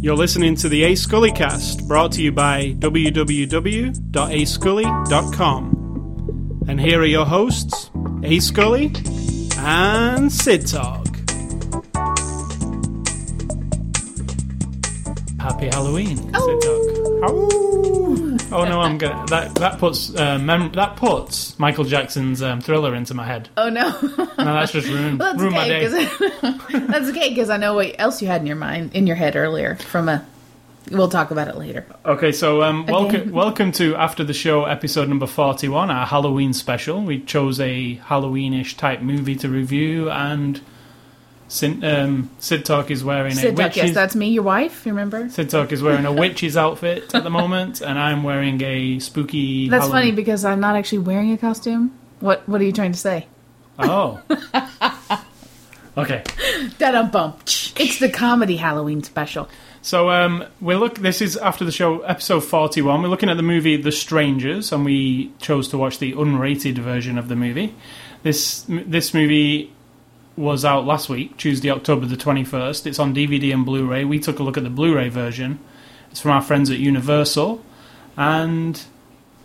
You're listening to the A Scully cast brought to you by www.ascully.com. And here are your hosts, A Scully and Sid Talk. Happy Halloween, Sid Oh. Talk. Ow. Oh no, I'm gonna that that puts uh, mem- that puts Michael Jackson's um, Thriller into my head. Oh no, No, that's just ruined, that's ruined my okay. day. 'cause- that's okay because I know what else you had in your mind in your head earlier from a. We'll talk about it later. Okay, so um, welcome Again. welcome to after the show episode number forty one, our Halloween special. We chose a Halloweenish type movie to review, and Sin, um, Sid Talk is wearing a Sid Duck, witch's yes, that's me, your wife. you Remember? Sid Talk is wearing a witch's outfit at the moment, and I'm wearing a spooky. That's funny Halloween- because I'm not actually wearing a costume. What What are you trying to say? Oh. okay. Da dum bump. It's the comedy Halloween special. So um, we're look. This is after the show, episode forty-one. We're looking at the movie The Strangers, and we chose to watch the unrated version of the movie. This this movie was out last week, Tuesday, October the twenty-first. It's on DVD and Blu-ray. We took a look at the Blu-ray version. It's from our friends at Universal, and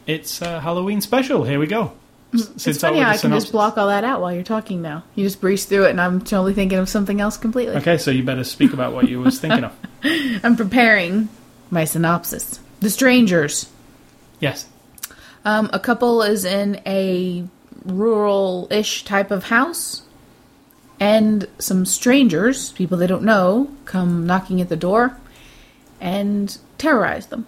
it's a Halloween special. Here we go. It's, Mm, It's funny how I can just block all that out while you're talking now. You just breeze through it, and I'm totally thinking of something else completely. Okay, so you better speak about what you was thinking of. I'm preparing my synopsis. The strangers. Yes. Um, a couple is in a rural ish type of house, and some strangers, people they don't know, come knocking at the door and terrorize them.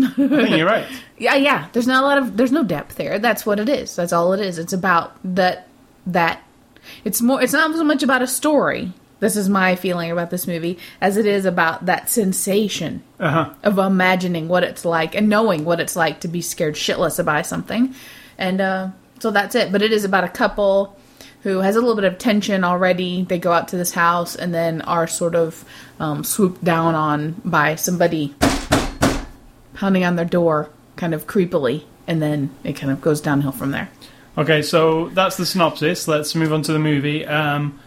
I think you're right. Yeah, yeah. There's not a lot of there's no depth there. That's what it is. That's all it is. It's about that that it's more it's not so much about a story. This is my feeling about this movie as it is about that sensation Uh-huh. of imagining what it's like and knowing what it's like to be scared shitless about something. And uh, so that's it. But it is about a couple who has a little bit of tension already. They go out to this house and then are sort of um, swooped down on by somebody pounding on their door kind of creepily. And then it kind of goes downhill from there. Okay, so that's the synopsis. Let's move on to the movie. Um,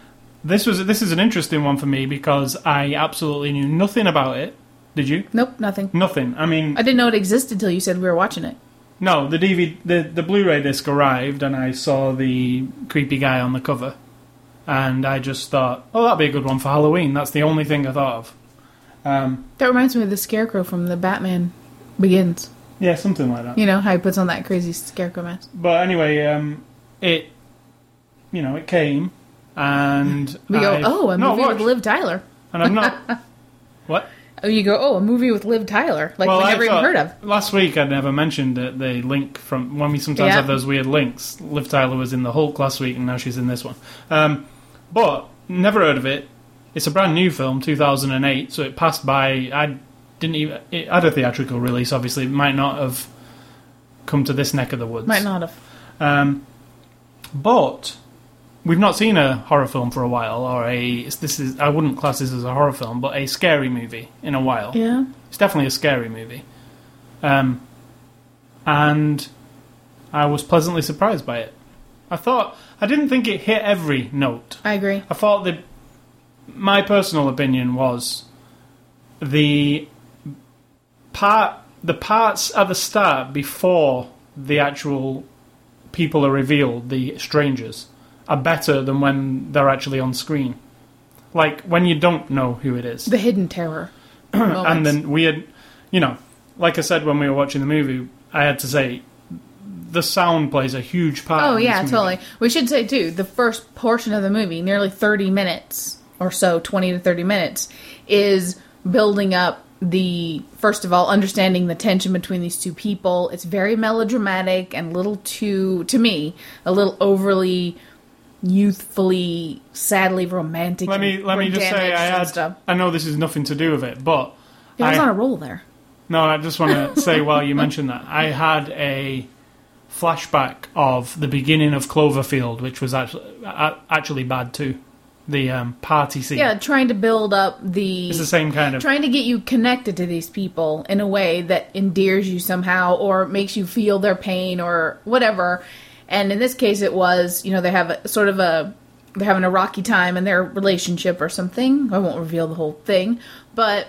this was this is an interesting one for me because I absolutely knew nothing about it. Did you? Nope, nothing. Nothing. I mean, I didn't know it existed till you said we were watching it. no. The DVD, the the Blu-ray disc arrived, and I saw the creepy guy on the cover, and I just thought, oh, that'd be a good one for Halloween. That's the only thing I thought of. Um, That reminds me of the scarecrow from the Batman Begins. yeah, something like that. You know, how he puts on that crazy scarecrow mask. But anyway, um, it, you know, it came, and We go, I've oh, a not movie with watched- Liv Tyler. and I'm not. what? Oh, you go, oh, a movie with Liv Tyler, like we I never even thought- heard of. Last week, I never mentioned that the link from when we sometimes Yeah. have those weird links. Liv Tyler was in the Hulk last week, and now she's in this one. Um, but never heard of it. It's a brand new film, 2008, so it passed by. I didn't even. It had a theatrical release, obviously. It might not have come to this neck of the woods. Might not have. Um, but we've not seen a horror film for a while, or a this is I wouldn't class this as a horror film, but a scary movie in a while. Yeah. It's definitely a scary movie. Um, and I was pleasantly surprised by it. I thought I didn't think it hit every note. I agree. I thought the my personal opinion was the part the parts at the start before the actual people are revealed, the strangers, are better than when they're actually on screen. Like when you don't know who it is The hidden terror. moments. and then we had, you know, like I said when we were watching the movie, I had to say the sound plays a huge part. Oh, in this yeah, movie. totally. We should say, too, the first portion of the movie, nearly 30 minutes or so, 20 to 30 minutes, is building up the, first of all, understanding the tension between these two people. It's very melodramatic and a little too, to me, a little overly youthfully, sadly romantic. Let me and let me just say damaged I and had Stuff. I know this is nothing to do with it, but Yeah, I was I- on a roll there. no, I just want to say while you mentioned that I had a flashback of the beginning of Cloverfield, which was actually a- actually bad too. The um, party scene. Yeah, trying to build up the, It's the same kind of. trying to get you connected to these people in a way that endears you somehow or makes you feel their pain or whatever. And in this case, it was you know they have a, sort of a they're having a rocky time in their relationship or something. I won't reveal the whole thing, but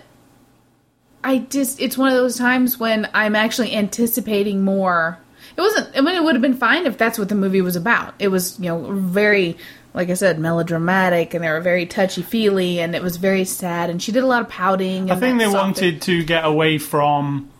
I just it's one of those times when I'm actually anticipating more. It wasn't. I mean, it would have been fine if that's what the movie was about. It was you know very. Like I said, melodramatic, and they were very touchy feely, and it was very sad. And she did a lot of pouting. I and think that they soft- wanted to get away from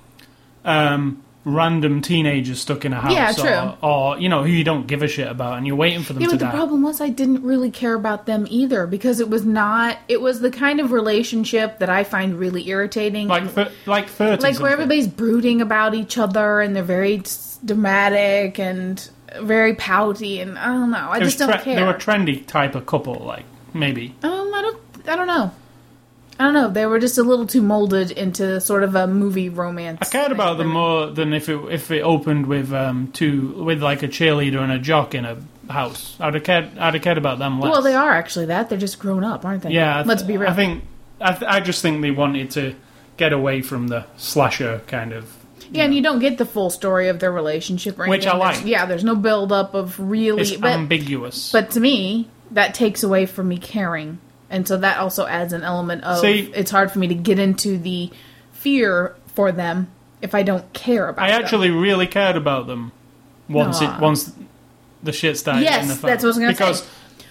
um, random teenagers stuck in a house, Yeah, or, or you know who you don't give a shit about, and you're waiting for them Yeah, to but the die. problem was I didn't really care about them either because it was not. It was the kind of relationship that I find really irritating. like th- like thirty, like where something. everybody's brooding about each other and they're very s- dramatic and very pouty and I don't know. I It was just don't tre- care. They were a trendy type of couple, like maybe. um, I don't. I don't know. I don't know. They were just a little too molded into sort of a movie romance. I cared about them more than if it if it opened with um two with like a cheerleader and a jock in a house. I'd have cared. I'd have cared about them less. Well, they are actually that. They're just grown up, aren't they? Yeah, I th- Let's be real. I think I, th- I just think they wanted to get away from the slasher kind of. Yeah, and you don't get the full story of their relationship, or Which I anything. There's- like. Yeah, there's no build up of really, It's but ambiguous. but to me, that takes away from me caring, and so that also adds an element of See- it's hard for me to get into the fear for them if I don't care about. I them. actually really cared about them once Aw. it once the shit started. Yes, in the fan. that's what I was gonna because say.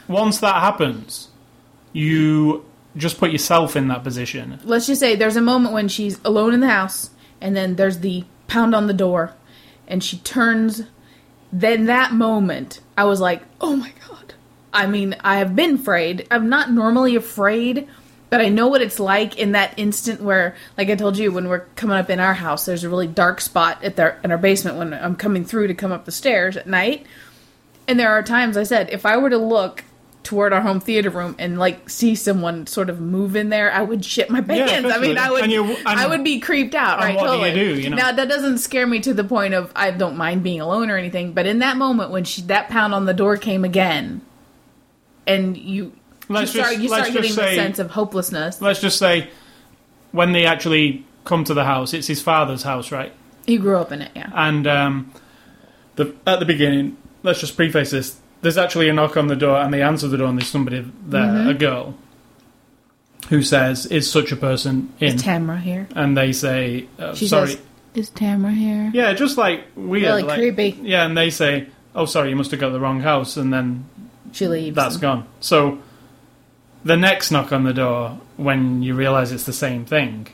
once that happens, you just put yourself in that position. let's just say there's a moment when she's alone in the house, and then there's the pound on the door, and she turns. Then that moment, I was like, oh my god. I mean, I have been afraid. I'm not normally afraid, but I know what it's like in that instant where, like I told you, when we're coming up in our house, there's a really dark spot at their, in our basement when I'm coming through to come up the stairs at night. And there are times I said, if I were to look toward our home theater room and like see someone sort of move in there, I would shit my pants. I mean, definitely. I would, And you- and- I would be creeped out, right? what do you totally. do, you know? Now that doesn't scare me to the point of I don't mind being alone or anything. But in that moment when she that pound on the door came again, and you. Let's you start, just- you let's start getting just the say- sense of hopelessness. Let's just say when they actually come to the house, it's his father's house, right? He grew up in it, yeah. And um, the at the beginning, let's just preface this. There's actually a knock on the door, and they answer the door, and there's somebody there, Mm-hmm. a girl, who says, "Is such a person in?" Is Tamra here? and they say, uh, She "Sorry." says, "Is Tamra here?" Yeah, just like weird, Really like- creepy. Yeah, and they say, "Oh, sorry, you must have got the wrong house," and then She leaves. that's gone. So the next knock on the door, when you realise it's the same thing,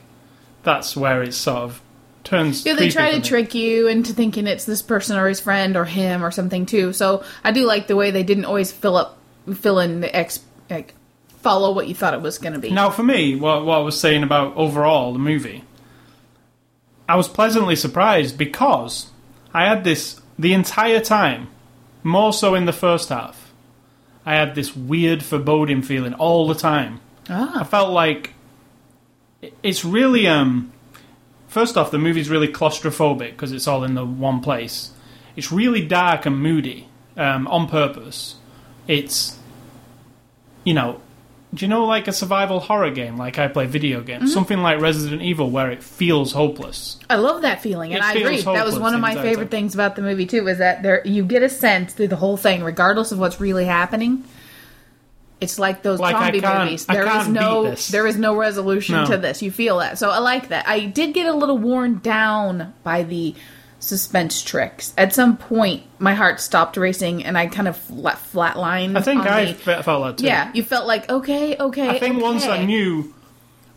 that's where it sort of turns. Yeah, they creepy try for to me. trick you into thinking it's this person or his friend or him or something too. So I do like the way they didn't always fill up, fill in the ex, like follow what you thought it was going to be. Now, for me, what, what I was saying about overall the movie, I was pleasantly surprised because I had this the entire time, more so in the first half. I had this weird foreboding feeling all the time. I Ah, felt like it- it's really um first off the movie's really claustrophobic because it's all in the one place it's really dark and moody um, on purpose it's you know do you know like a survival horror game like i play video games Mm-hmm. something like resident evil where it feels hopeless I love that feeling, and It I feels agree. That was hopeless one of the my entire time. favorite things about the movie too. Is that there you get a sense through the whole thing, regardless of what's really happening. It's like those Like, I zombie can't- movies. I There is can't no beat this. there is no resolution No. to this. You feel that, so I like that. I did get a little worn down by the suspense tricks. At some point, my heart stopped racing, and I kind of flat flatlined. i think on i the- fe- felt that too yeah, you felt like okay, okay. I think once I okay. knew,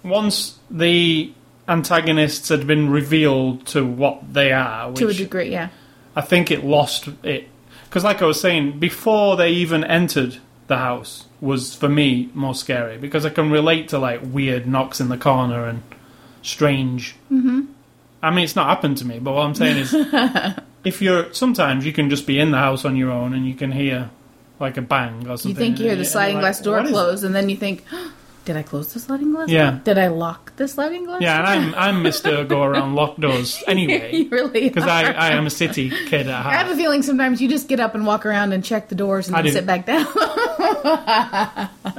once the antagonists had been revealed to what they are, which to a degree, yeah. I think it lost it because, like I was saying, before they even entered the house was for me more scary because I can relate to like weird knocks in the corner and strange. Mm-hmm. I mean, it's not happened to me, but what I'm saying is, if you're sometimes you can just be in the house on your own and you can hear like a bang or something. You think you hear and the you're sliding like, glass door "What is close, and then you think, "Did I close the sliding glass? Yeah. door? Did I lock the sliding glass?" Yeah, door?" and I'm I'm Mr. Go Around Locked Doors anyway you really. because I, I am a city kid at I have heart. a feeling sometimes you just get up and walk around and check the doors and I then do. Um, sit back down.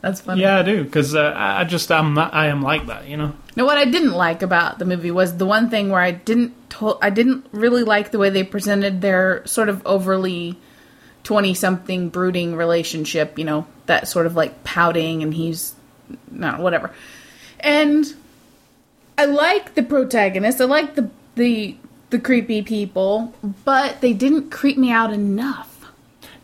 That's funny. Yeah, I do because uh, I I just am that I am like that, you know. Now, what I didn't like about the movie was the one thing where I didn't to- I didn't really like the way they presented their sort of overly twenty something brooding relationship. You know that sort of like pouting and he's no whatever, and I like the protagonist. I like the the the creepy people, but they didn't creep me out enough.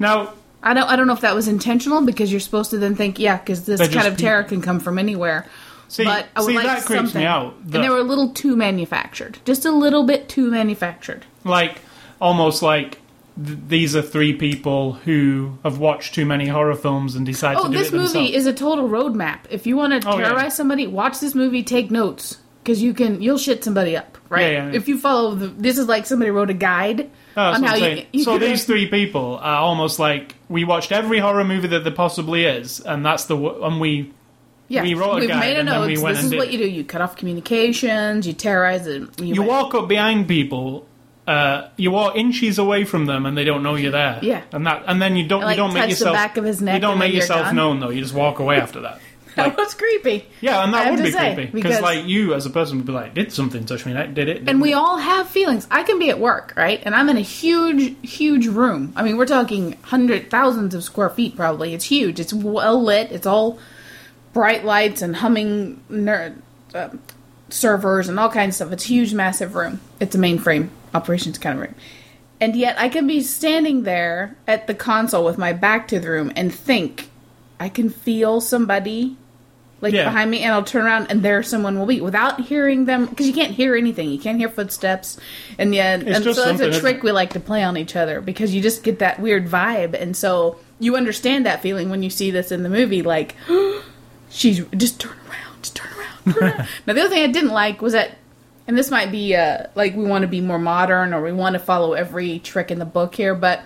Now, I don't I don't know if that was intentional because you're supposed to then think, yeah, because this They're kind just of terror can come from anywhere. See- but I would see, like that creeps me something. out, that- and they were a little too manufactured, just a little bit too manufactured. like almost like th- these are three people who have watched too many horror films and decided Oh, to do this it themselves. movie is a total roadmap. If you want to Oh, yeah. terrorize somebody, watch this movie, take notes because you can you'll shit somebody up, right? Yeah, yeah, yeah. If you follow the, this is like somebody wrote a guide No, that's on what how I'm you, saying. you so can- these three people are almost like we watched every horror movie that there possibly is, and that's the w- and we yeah, we wrote a we've guide made a and then note. we went and This is did what it. you do. You cut off communications. You terrorize it. you walk up behind people. Uh, you are inches away from them, and they don't know you're there. Yeah. and that, and then you don't And, like, you don't touch make the yourself back of his neck You don't and then make you're yourself done. known though. You just walk away after that. That was creepy. Yeah, and I that have would to be say, creepy because- because like you as a person would be like, did something touch me? Did it? And we all have feelings. I can be at work, right? And I'm in a huge, huge room. I mean, we're talking hundred thousands of square feet, probably. It's huge. It's well lit. It's all bright lights and humming ner- uh, servers and all kinds of stuff. It's a huge, massive room. It's a mainframe operations kind of room. And yet, I can be standing there at the console with my back to the room and think, I can feel somebody like Yeah. behind me, and I'll turn around and there someone will be without hearing them because you can't hear anything. You can't hear footsteps, and yet, It's and so just that's something, a isn't trick it? we like to play on each other because you just get that weird vibe, and so you understand that feeling when you see this in the movie. Like, she's just turn around, just turn around. Turn around. now the other thing I didn't like was that, and this might be uh, like we want to be more modern or we want to follow every trick in the book here, but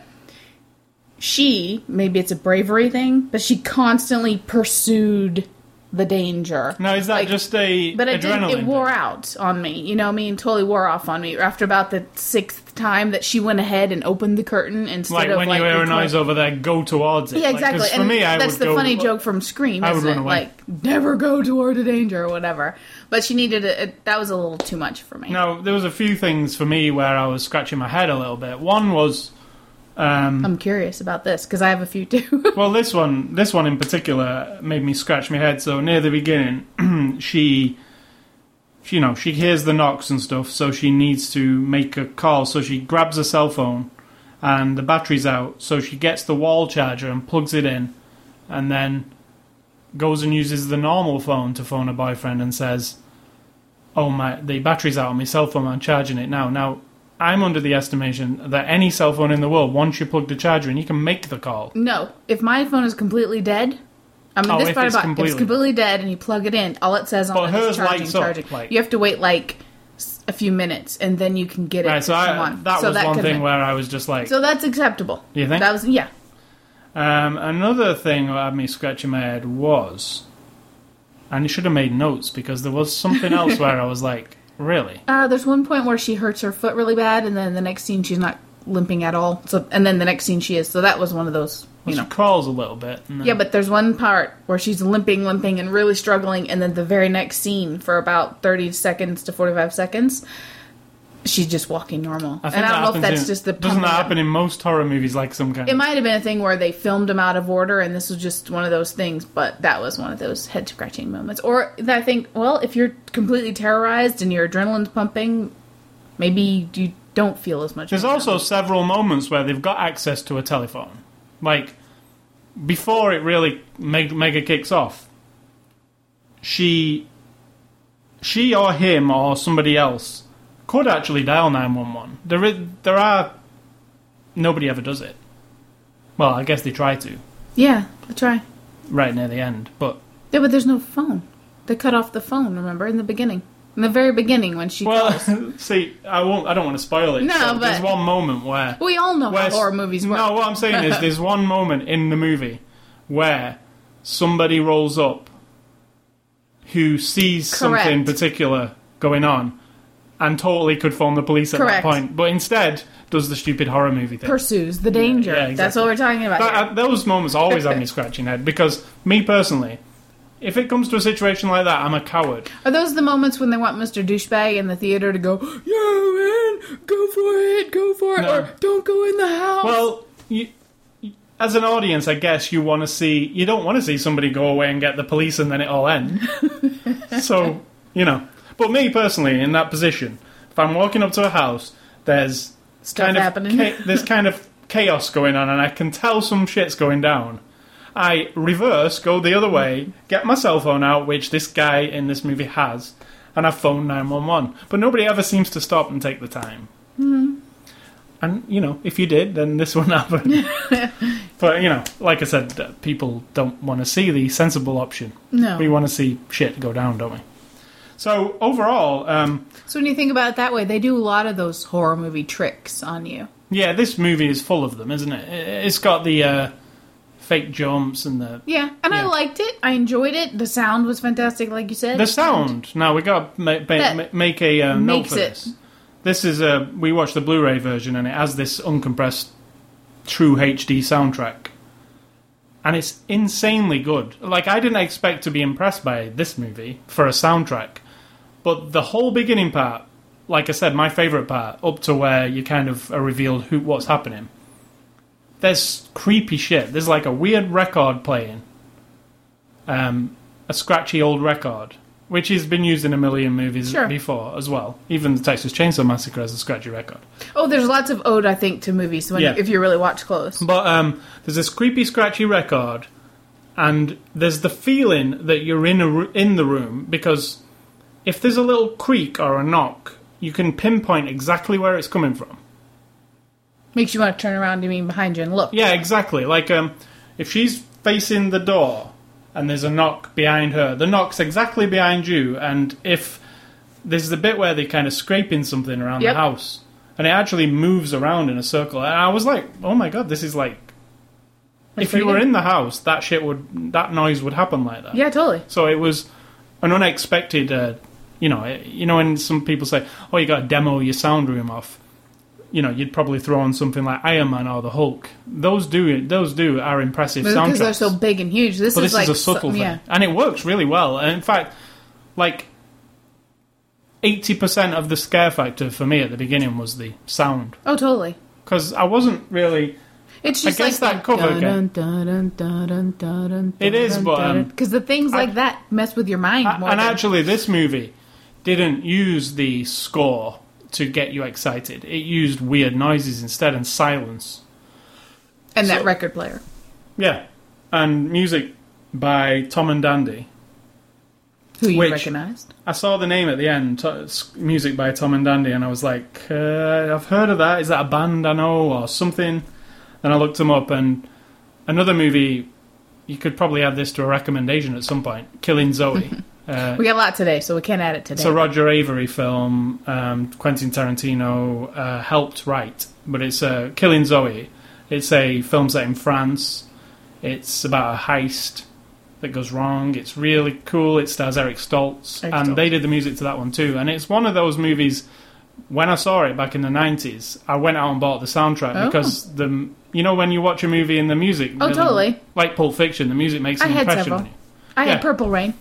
she maybe it's a bravery thing, but she constantly pursued the danger. now is that Like, just a but it, did, adrenaline? it wore thing? out on me. You know, what I mean, totally wore off on me after about the sixth time that she went ahead and opened the curtain instead Like of when like you hear the an clo- eyes over there, go towards it. Yeah, Like, 'cause exactly. for and me, I that's would the go- funny joke from Scream. I would isn't run it? away. Like never go toward a danger or whatever. But she needed it. it- That was a little too much for me. Now there was a few things for me where I was scratching my head a little bit. One was um, I'm curious about this because I have a few too. well, this one, this one in particular, made me scratch my head. So near the beginning, she, she, you know, she hears the knocks and stuff, so she needs to make a call. So she grabs her cell phone, and the battery's out. So she gets the wall charger and plugs it in, and then goes and uses the normal phone to phone her boyfriend and says, "Oh my, the battery's out on my cell phone. I'm charging it now." Now. I'm under the estimation that any cell phone in the world, once you plug the charger in, you can make the call. no, if my phone is completely dead. I mean, Oh, this if part it's about if completely- it's completely dead and you plug it in, all it says on But it is hers charging, lights up, charging. like- you have to wait like s- a few minutes and then you can get it. Right, so I, on. that so was one could've thing been- where I was just like, So that's acceptable. You think? That was yeah. um, another thing that had me scratching my head was, and you should have made notes because there was something else where I was like, really? Uh, there's one point where she hurts her foot really bad, and then the next scene she's not limping at all. So, and then the next scene she is. So that was one of those, you She know. crawls a little bit. And then, Yeah, but there's one part where she's limping, limping, and really struggling, and then the very next scene for about 30 seconds to 45 seconds, she's just walking normal. I think and I that don't know if happens that's in- just the doesn't that pumping up. happen in most horror movies like some kind It of might have been a thing where they filmed them out of order, and this was just one of those things. But that was one of those head scratching moments. Or that I think, well, if you're completely terrorized and your adrenaline's pumping, maybe you don't feel as much. There's pain. also several moments where they've got access to a telephone, like before it really meg- mega kicks off. She, she or him or somebody else could actually dial nine one one. There is, there are nobody ever does it. Well, I guess they try to yeah. I'll try. right near the end, but Yeah, but there's no phone. They cut off the phone. Remember in the beginning, in the very beginning when she. well, see, I won't. I don't want to spoil it. No, so but- there's one moment where we all know how Where- horror movies work. No, what I'm saying is there's one moment in the movie where somebody rolls up who sees something Correct. particular going on and totally could phone the police at that Correct. point, but instead does the stupid horror movie thing. Pursues the danger. Yeah, yeah, That's what we're talking about. That- here. uh, those moments always have me scratching head because me personally, if it comes to a situation like that, I'm a coward. Are those the moments when they want Mr. Douchebag in the theater to go, yeah, man, go for it, go for it, No. or don't go in the house? Well, you, as an audience, I guess you want to see you don't want to see somebody go away and get the police and then it all ends. so you know, But me personally, in that position, if I'm walking up to a house, there's Stuff kind of happening. cha- there's kind of chaos going on, and I can tell some shit's going down. I reverse, go the other way, get my cell phone out, which this guy in this movie has, and I phone nine one one. But nobody ever seems to stop and take the time. Hmm. And you know, if you did, then this wouldn't happen. but you know, like I said, uh, people don't want to see the sensible option. No. We want to see shit go down, don't we? So overall, um, So when you think about it that way, they do a lot of those horror movie tricks on you. yeah, this movie is full of them, isn't it? I- It's got the uh, fake jumps and the Yeah, and I Yeah. liked it. I enjoyed it. The sound was fantastic, like you said. the sound. Now we got to make, That make a uh, note makes for it. this. This is a we watched the Blu-ray version, and it has this uncompressed, true HD soundtrack, and it's insanely good. Like I didn't expect to be impressed by this movie for a soundtrack, but the whole beginning part, like I said, my favorite part, up to where you kind of are revealed who what's happening. There's creepy shit. There's like a weird record playing um, a scratchy old record, which has been used in a million movies Sure. before as well. Even the Texas Chainsaw Massacre has a scratchy record. Oh, there's lots of ode, I think, to movies when Yeah. if you really watch close. But um, there's this creepy, scratchy record, and there's the feeling that you're in a ru- in the room because if there's a little creak or a knock, you can pinpoint exactly where it's coming from. Makes you want to turn around. You mean behind you and look? Yeah, exactly. Like, um, if she's facing the door and there's a knock behind her, the knock's exactly behind you. And if there's the bit where they're kind of scraping something around Yep. the house, and it actually moves around in a circle, and I was like, oh my god, this is like. Like if you were pretty in the house, that shit would, that noise would happen like that. Yeah, totally. So it was an unexpected, uh, you know, it- you know, when some people say, "Oh, you got to demo your sound room off," you know, you'd probably throw on something like Iron Man or the Hulk. Those do, those do are impressive Because they're soundtracks. so big and huge. This but is this like is a subtle so- thing, Yeah. and it works really well. And in fact, like eighty percent of the scare factor for me at the beginning was the sound Oh, totally. because I wasn't really It's I just guess like that cover again. It is, but, um, because the things like I- that mess with your mind A- more. and than- actually, this movie didn't use the score to get you excited. It used weird noises instead and silence. and that so- record player. Yeah, and music by Tom and Dandy. Who you Which- recognized? I saw the name at the end, to- s- music by Tom and Dandy, and I was like, uh, I've heard of that. Is that a band I know or something? Then I looked them up, and another movie. You could probably add this to a recommendation at some point. Killing Zoe. uh, We got a lot today, so we can't add it today. It's a Roger Avery film. Um, Quentin Tarantino uh, helped write, but it's uh, Killing Zoe. It's a film set in France. It's about a heist that goes wrong. It's really cool. It stars Eric Stoltz, Eric and Stoltz. they did the music to that one too. And it's one of those movies. When I saw it back in the nineties, I went out and bought the soundtrack Oh. because the you know when you watch a movie and the music Oh, totally. like Pulp Fiction, the music makes I an had impression several. on you. I yeah. had Purple Rain.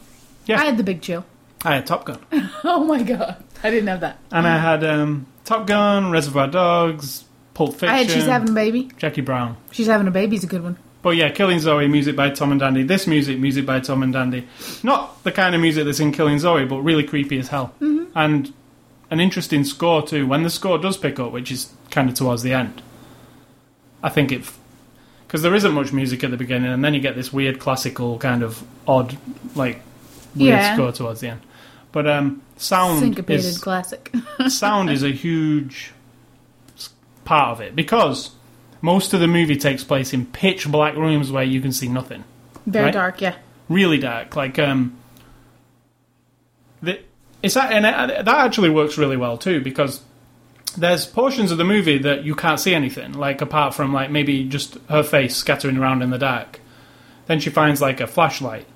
Yeah. I had the big chill. I had Top Gun. Oh my god, I didn't have that. And I had um, Top Gun, Reservoir Dogs, Pulp Fiction, I had she's um, having a baby. Jackie Brown. She's having a baby's a good one. But yeah, Killing Zoe, music by Tom and Dandy. This music, music by Tom and Dandy. Not the kind of music that's in Killing Zoe, but really creepy as hell. Mm-hmm. And an interesting score too. When the score does pick up, which is kind of towards the end, I think it because there isn't much music at the beginning, and then you get this weird classical kind of odd, like weird Yeah. score towards the end. But um, sound Syncopated is classic. sound is a huge s- part of it because most of the movie takes place in pitch black rooms where you can see nothing. Very Right? dark, yeah. Really dark, like um, the, it's that and uh, that actually works really well too because there's portions of the movie that you can't see anything, like apart from like maybe just her face scattering around in the dark. Then she finds like a flashlight,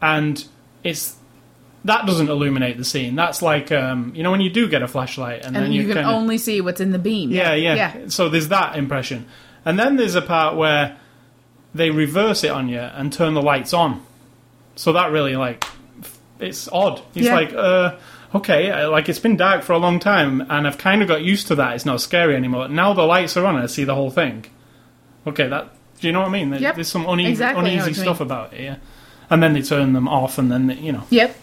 and it's that doesn't illuminate the scene. That's like um, you know when you do get a flashlight and, And, then you, can kinda, only see what's in the beam. yeah, yeah, yeah. So there's that impression, and then there's a part where they reverse it on you and turn the lights on. So that really like f- it's odd. It's Yeah. like uh okay, uh, like it's been dark for a long time, and I've kind of got used to that. It's not scary anymore. Now the lights are on, and I see the whole thing. Okay, that do you know what I mean? There- Yep. There's some une- Exactly, I know uneasy what you stuff about it. Yeah, and then they turn them off, and then they, you know. Yep.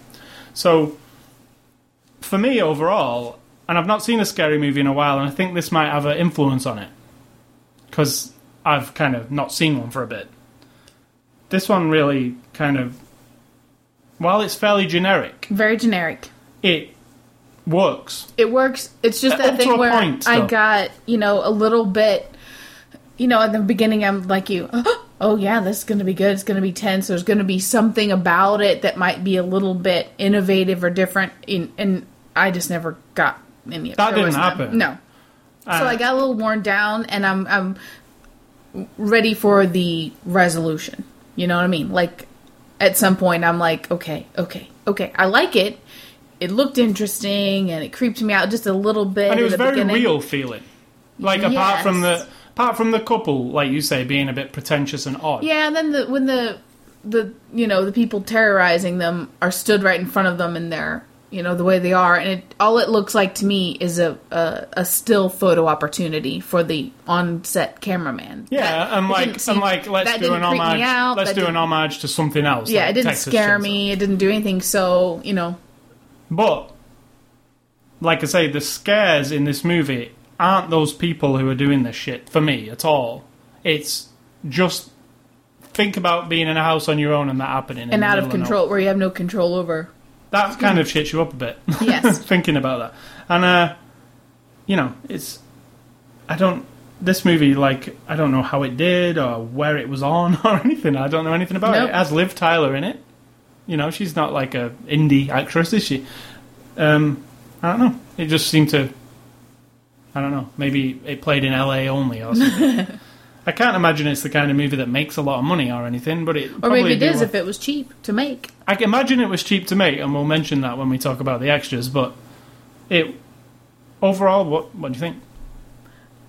So for me overall, and I've not seen a scary movie in a while, and I think this might have an influence on it because I've kind of not seen one for a bit. This one really kind of, while it's fairly generic, Very generic. it works. It works. It's just Up that to thing a where point, I though. got, you know, a little bit, you know, at the beginning, I'm like you, oh yeah, this is going to be good. It's going to be tense. There's going to be something about it that might be a little bit innovative or different. In, and I just never got any of That there didn't was none. happen. Uh, No. so I got a little worn down and I'm, I'm ready for the resolution. You know what I mean? Like, at some point, I'm like, okay, okay, okay. I like it. It looked interesting and it creeped me out just a little bit. and it was at the very beginning. real feeling. Like apart Yes. from the apart from the couple, like you say, being a bit pretentious and odd. Yeah, and then the when the the you know the people terrorizing them are stood right in front of them and they're you know the way they are, and it all it looks like to me is a a, a still photo opportunity for the on set cameraman. Yeah, That- and it didn't like seem- and like let's that do didn't an creep me homage. out, let's that do an didn't- homage to something else. Yeah, like it didn't Texas scare Chainsaw. me. It didn't do anything. So you know, But like I say, the scares in this movie aren't those people who are doing this shit for me at all. It's just think about being in a house on your own and that happening in and the out of middle control where you have no control over. that kind of shits you up a bit. Yes. thinking about that, and uh, you know, it's I don't this movie like I don't know how it did or where it was on or anything. I don't know anything about Nope. it. It has Liv Tyler in it. You know, she's not like a indie actress, is she? Um, I don't know. It just seemed to. I don't know. Maybe it played in LA only or something. I can't imagine it's the kind of movie that makes a lot of money or anything, but it Or probably maybe it do is well. if it was cheap to make. I can imagine it was cheap to make, and we'll mention that when we talk about the extras. But it overall, what what do you think?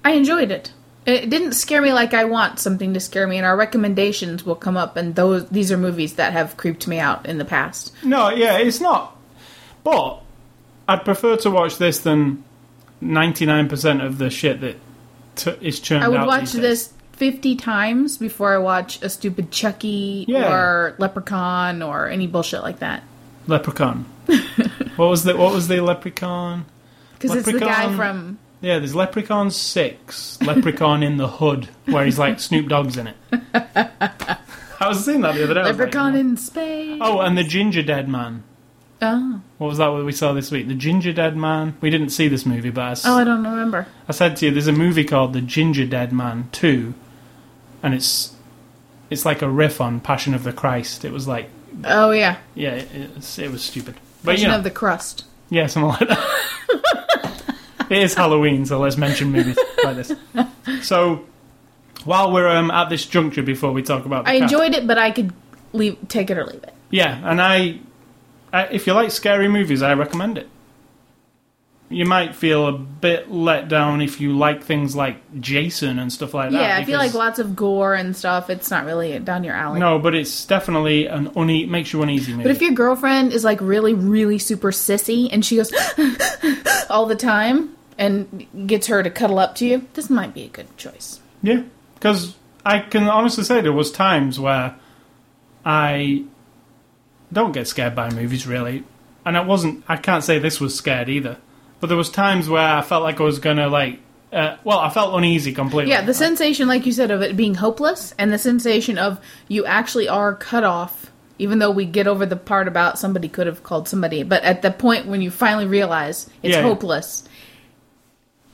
I enjoyed it. It didn't scare me like I want something to scare me, and our recommendations will come up. And those these are movies that have creeped me out in the past. No, yeah, it's not. But I'd prefer to watch this than ninety nine percent of the shit that t- is churned I out. would watch these days. this fifty times before I watch a stupid Chucky Yeah. or Leprechaun or any bullshit like that. Leprechaun. what was the what was the Leprechaun? Because it's the guy Leprechaun. from Yeah, there's Leprechaun Six, Leprechaun in the Hood, where he's like Snoop Dogg's in it. I was seeing that the other day. I was like, Leprechaun no. in Space. Oh, and the Ginger Dead Man. oh, What was that we saw this week? The Ginger Dead Man. We didn't see this movie, but I, s- oh, I don't remember. I said to you, there's a movie called The Ginger Dead Man Two, and it's it's like a riff on Passion of the Christ. It was like, Oh yeah, yeah, it, it's, it was stupid, but Version you know, of the Crust. yeah, something like that. it is Halloween, so let's mention movies like this. So, while we're um, at this juncture, before we talk about, the I cast- enjoyed it, but I could leave, take it or leave it. Yeah, and I, I, if you like scary movies, I recommend it. You might feel a bit let down if you like things like Jason and stuff like that. yeah, I feel like because- lots of gore and stuff. It's not really down your alley. No, but it's definitely an une- makes you uneasy movie. But if your girlfriend is like really, really super sissy and she goes all the time and gets her to cuddle up to you, this might be a good choice. Yeah, because I can honestly say there was times where I don't get scared by movies really, and I wasn't. I can't say this was scared either, but there was times where I felt like I was gonna like. Uh, well, I felt uneasy completely. Yeah, the sensation, like you said, of it being hopeless and the sensation of you actually are cut off, even though we get over the part about somebody could have called somebody. But at the point when you finally realize it's Yeah, yeah. hopeless,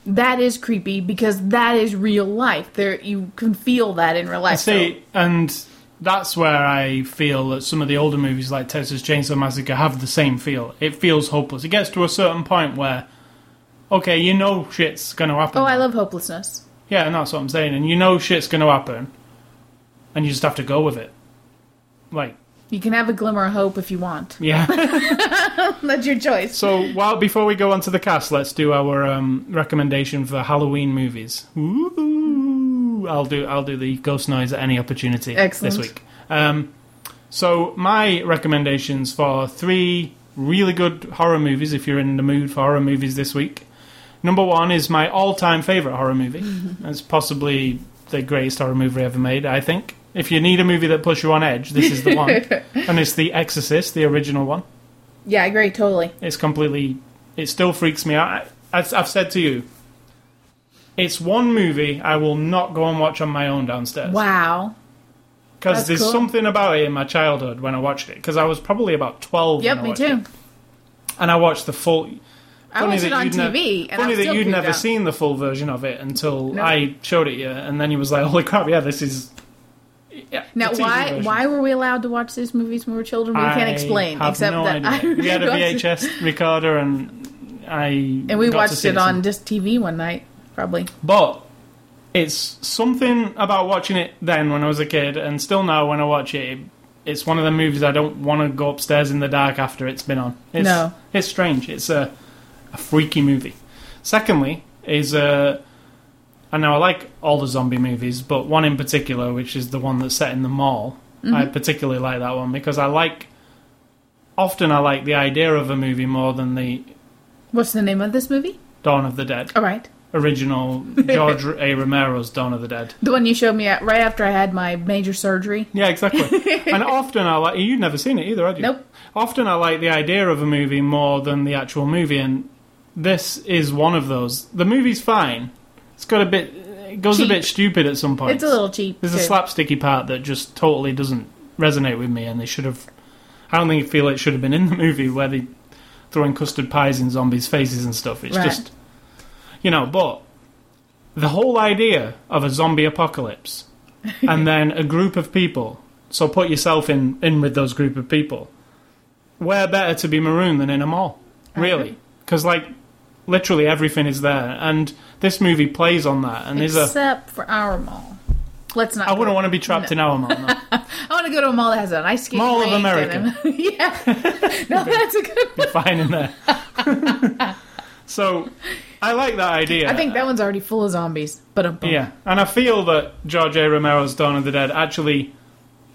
that is creepy because that is real life. There, you can feel that in real life. so- See, and that's where I feel that some of the older movies like Texas Chainsaw Massacre have the same feel. It feels hopeless. It gets to a certain point where, okay, you know shit's going to happen. oh, I love hopelessness. Yeah, and that's what I'm saying. And you know shit's going to happen, and you just have to go with it. Like, You can have a glimmer of hope if you want. yeah. That's your choice. so, while before we go on to the cast, let's do our um, recommendation for Halloween movies. Ooh, I'll do I'll do the ghost noise at any opportunity Excellent. this week. Um, so, my recommendations for three really good horror movies. If you're in the mood for horror movies this week, number one is my all-time favorite horror movie. it's possibly the greatest horror movie ever made. I think. If you need a movie that puts you on edge, this is the one, and it's The Exorcist, the original one. Yeah, I agree totally. It's completely It still freaks me out. I, as I've said to you, it's one movie I will not go and watch on my own downstairs. Wow. Because that's there's cool. something about it in my childhood when I watched it. Because I was probably about 12 Yep, when I me watched too. it. And I watched the full. I watched it on you'd nev- TV. and funny I'm still that you'd creeped never out. seen the full version of it until No. I showed it you, and then you was like, "Holy crap! Yeah, this is." Yeah, Now, the TV why version. why were we allowed to watch these movies when we were children? We can't I explain. have except no that idea. I we had a watched it. VHS recorder, and I and we got to watched see it on some- just TV one night, probably. But it's something about watching it then when I was a kid, and still now when I watch it, it's one of the movies I don't want to go upstairs in the dark after it's been on. It's, No. it's strange. It's a, a freaky movie. Secondly, is uh, I know I like all the zombie movies, but one in particular, which is the one that's set in the mall. I particularly like that one because I like. Often I like the idea of a movie more than the What's the name of this movie? Dawn of the Dead All right, original George A. Romero's Dawn of the Dead. the one you showed me at, right after I had my major surgery. Yeah, exactly. and often I like you've never seen it either, had you? Nope. Often I like the idea of a movie more than the actual movie, and this is one of those. The movie's fine. It's got a bit. It goes Cheap. a bit stupid at some point. It's a little cheap. There's too. a slapsticky part that just totally doesn't resonate with me, and they should have. I don't think feel it should have been in the movie where they throwing custard pies in zombies' faces and stuff. It's Right. just, you know, but the whole idea of a zombie apocalypse, and then a group of people. So put yourself in in with those group of people. Where better to be marooned than in a mall, really? Because like, literally everything is there, and this movie plays on that. And there's a Except for our mall. Let's not. I wouldn't want to be trapped in our mall. No. I want to go to a mall that has an ice skating Mall of rink and America. a- yeah. No, that's a good. One. be fine in there. so I like that idea. I think that one's already full of zombies. But um, Yeah, and I feel that George A. Romero's Dawn of the Dead actually.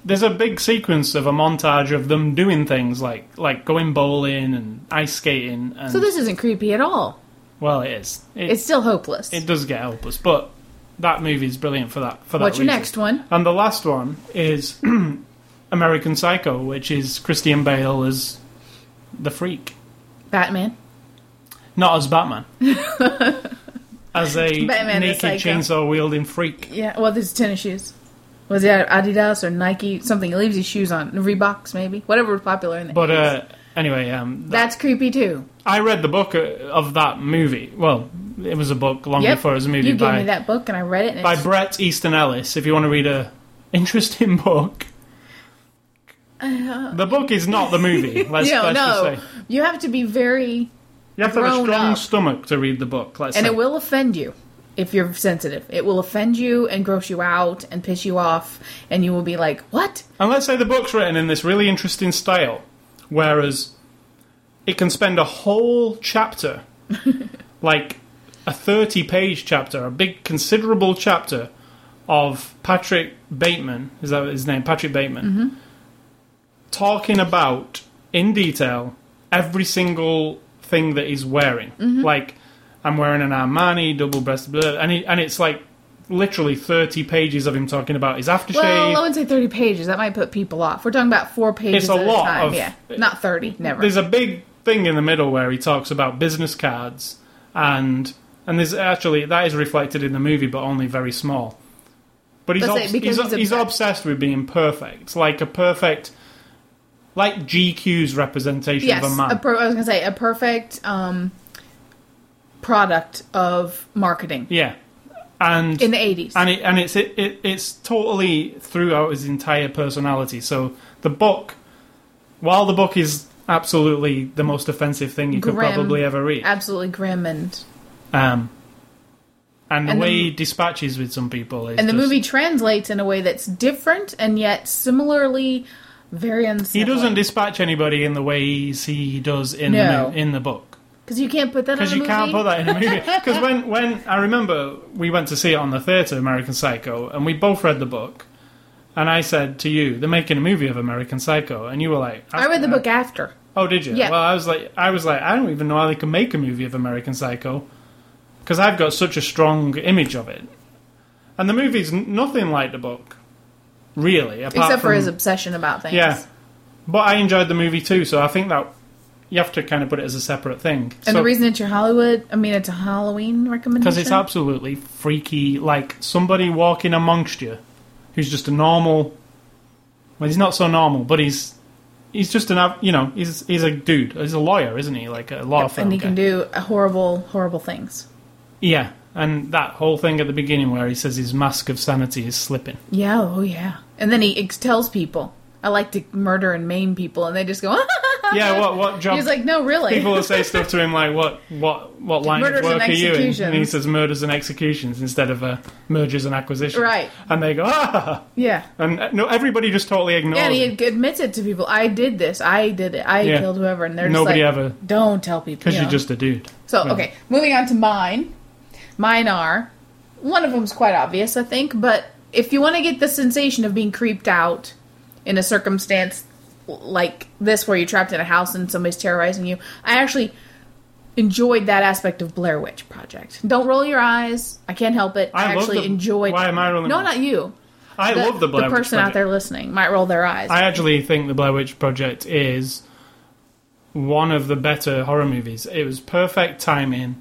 There's a big sequence of a montage of them doing things like like going bowling and ice skating, and So this isn't creepy at all. well, it is. It, It's still hopeless. it does get helpless, but that movie is brilliant for that. For that What's your reason. next one? And the last one is American Psycho, which is Christian Bale as the freak. Batman. Not as Batman. as a Batman the naked psycho. chainsaw wielding freak. Yeah. Well, this is tennis shoes. Was it Adidas or Nike? Something he leaves his shoes on. Reeboks, maybe. Whatever was popular in the But 80s. uh, anyway, um, that's creepy too. I read the book uh, of that movie. Well, it was a book long Yep. before it was a movie You gave me by, that book and I read it. And by it's- Brett Easton Ellis. If you want to read a interesting book, the book is not the movie. Let's, Uh, no, let's just no. say You have to be very, you have to have a Grown strong up. stomach to read the book. Let's and say. it will offend you if you're sensitive. It will offend you and gross you out and piss you off, and you will be like, "What?" And let's say the book's written in this really interesting style, whereas it can spend a whole chapter, like a 30 page chapter, a big, considerable chapter of Patrick Bateman, is that his name? Patrick Bateman, talking about in detail every single thing that he's wearing. Like, I'm wearing an Armani double breasted, and, he, and it's like literally 30 pages of him talking about his aftershave. Well, I wouldn't say thirty pages. That might put people off. We're talking about four pages a at lot time. of- yeah, not thirty. Never. There's a big thing in the middle where he talks about business cards and and there's actually that is reflected in the movie but only very small. But he's That's obs- it, because he's, he's a- he's obsessed with being perfect, like a perfect like GQ's representation yes, of a man. a per- I was gonna say a perfect um, product of marketing yeah. And in the eighties. and it, and it's it, it, it's totally throughout his entire personality. So the book, while the book is absolutely the most offensive thing you could Grim. probably ever read, Absolutely grim and Um, and the And the way mo- he dispatches with some people is and the just- movie translates in a way that's different and yet similarly very He unsettling. doesn't dispatch anybody in the ways he does in No. the mo- in the book because you can't put that on because a you movie. can't put that in a movie. Because when when I remember we went to see it on the theatre, American Psycho, and we both read the book, and I said to you, "They're making a movie of American Psycho," and you were like, I read the book after. Oh, did you? Yeah. Well, I was like, I was like, I don't even know how they can make a movie of American Psycho because I've got such a strong image of it, and the movie's n- nothing like the book, really. Apart Except for from- his obsession about things. yeah, but I enjoyed the movie too, so I think that you have to kind of put it as a separate thing. And the reason it's your Hollywood, I mean, it's a Halloween recommendation. because it's absolutely freaky, like somebody walking amongst you, who's just a normal. Well, he's not so normal, but he's he's just an av- you know he's he's a dude. He's a lawyer, isn't he? Like a law Yep, firm. and he guy. can do horrible, horrible things. Yeah, and that whole thing at the beginning where he says his mask of sanity is slipping. Yeah, oh yeah. And then he ex- tells people, "I like to murder and maim people," and they just go. Yeah, what what job? He's like, "No, really." People will say stuff to him like, "What what what line Murders of work are and you in?" And he executions. says "murders and executions" instead of uh, "mergers and acquisitions." Right. And they go, "Ah!" yeah. And uh, no, everybody just totally ignores Yeah, and he it admits it to people. I did this. I did it. I Yeah. killed whoever, and they're Nobody just like, ever- "Don't tell people." because you you're know. just a dude. So Well. okay, moving on to mine. Mine are one of them's quite obvious, I think, but if you want to get the sensation of being creeped out in a circumstance like this where you're trapped in a house and somebody's terrorizing you, I actually enjoyed that aspect of Blair Witch Project. Don't roll your eyes. I can't help it. I I, love actually the- enjoyed why am I rolling No, my- not you. I the, love the Blair the Witch person out Project. there listening might roll their eyes. I actually think the Blair Witch Project is one of the better horror movies. It was perfect timing.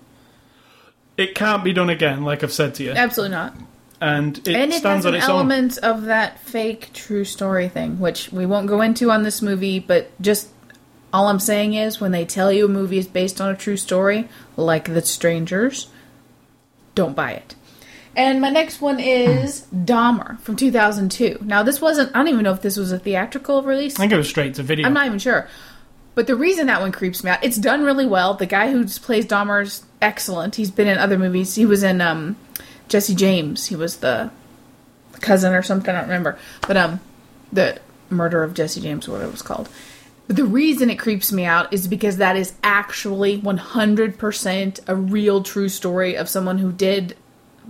It can't be done again, like I've said to you, Absolutely not. and it and it stands has on an its own. element of that fake true story thing, which we won't go into on this movie. But just all I'm saying is, when they tell you a movie is based on a true story, like The Strangers, don't buy it. And my next one is Dahmer from 2002. Now, this wasn't—I don't even know if this was a theatrical release. I think it was straight to video. I'm not even sure. But the reason that one creeps me out, it's done really well. The guy who plays Dahmer's excellent. He's been in other movies. He was in um, Jesse James. He was the cousin or something. I don't remember. But um, the murder of Jesse James, what it was called. But the reason it creeps me out is because that is actually 100% a real true story of someone who did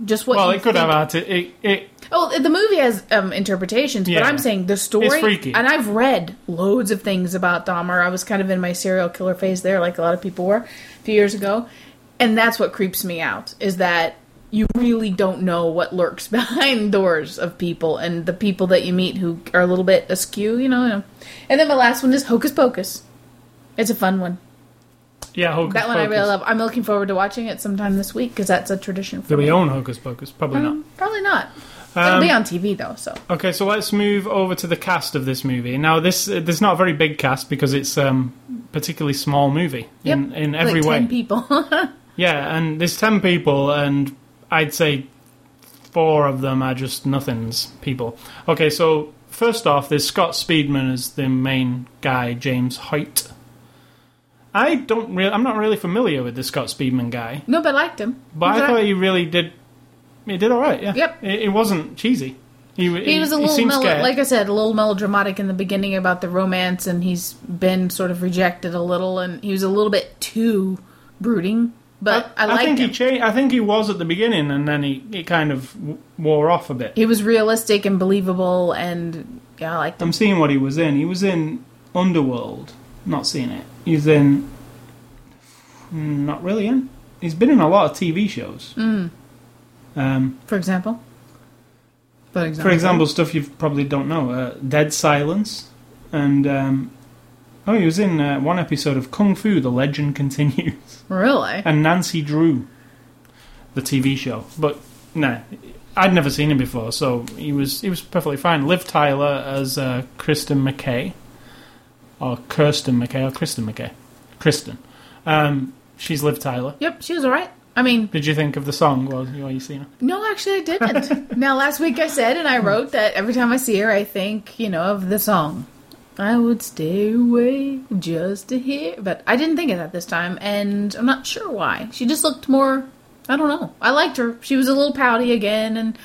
just what. well, you it could think- have had to. It, it Oh, the movie has um, interpretations, Yeah. but I'm saying the story. It's freaky. And I've read loads of things about Dahmer. I was kind of in my serial killer phase there, like a lot of people were a few years ago. And that's what creeps me out is that you really don't know what lurks behind doors of people and the people that you meet who are a little bit askew, you know. you know. And then my last one is Hocus Pocus. It's a fun one. yeah, Hocus that one I Pocus. really love. I'm looking forward to watching it sometime this week because that's a tradition for Do me. Um, we own Hocus Pocus? Probably not. Um, Probably not. It'll be on TV though, so. Okay, so let's move over to the cast of this movie. Now, this there's not a very big cast because it's um, particularly small movie in, in every like way. 10 people. Yeah, and there's ten people, and I'd say four of them are just nothings people. Okay, so first off, there's Scott Speedman as the main guy, James Hoyt. I don't really, I'm not really familiar with the Scott Speedman guy, no, but I liked him. but He I was thought alright. he really did. He did all right. Yeah. Yep. It, it wasn't cheesy. He, he, was a little seemed mel- scared. like I said, a little melodramatic in the beginning about the romance, and he's been sort of rejected a little, and he was a little bit too brooding. But I, liked think him. he He, changed. I think he was at the beginning, and then he, he kind of w- wore off a bit. was realistic and believable, and yeah, I liked him. I'm seeing what he was in. He was in Underworld. Not seeing it. He's in. Mm, Not really in. He's been in a lot of TV shows. Hmm. Um, For example. For for example, stuff you probably don't know: uh, Dead Silence, and um, oh, he was in uh, one episode of Kung Fu: The Legend Continues, really, and Nancy Drew, the TV show. But nah, I'd never seen him before, so he was he was perfectly fine. Liv Tyler as uh, Kristen McKay, or Kirsten McKay, or Kristen McKay, Kristen. Um, she's Liv Tyler. yep, she was all right. I mean, Did you think of the song while while you seen her? No, actually, I didn't. now, last week I said and I Hmm. wrote that every time I see her, I think, you know, of the song. I would stay away just to hear. But I didn't think of that this time, and I'm not sure why. She just looked more. I don't know. I liked her. She was a little pouty again, and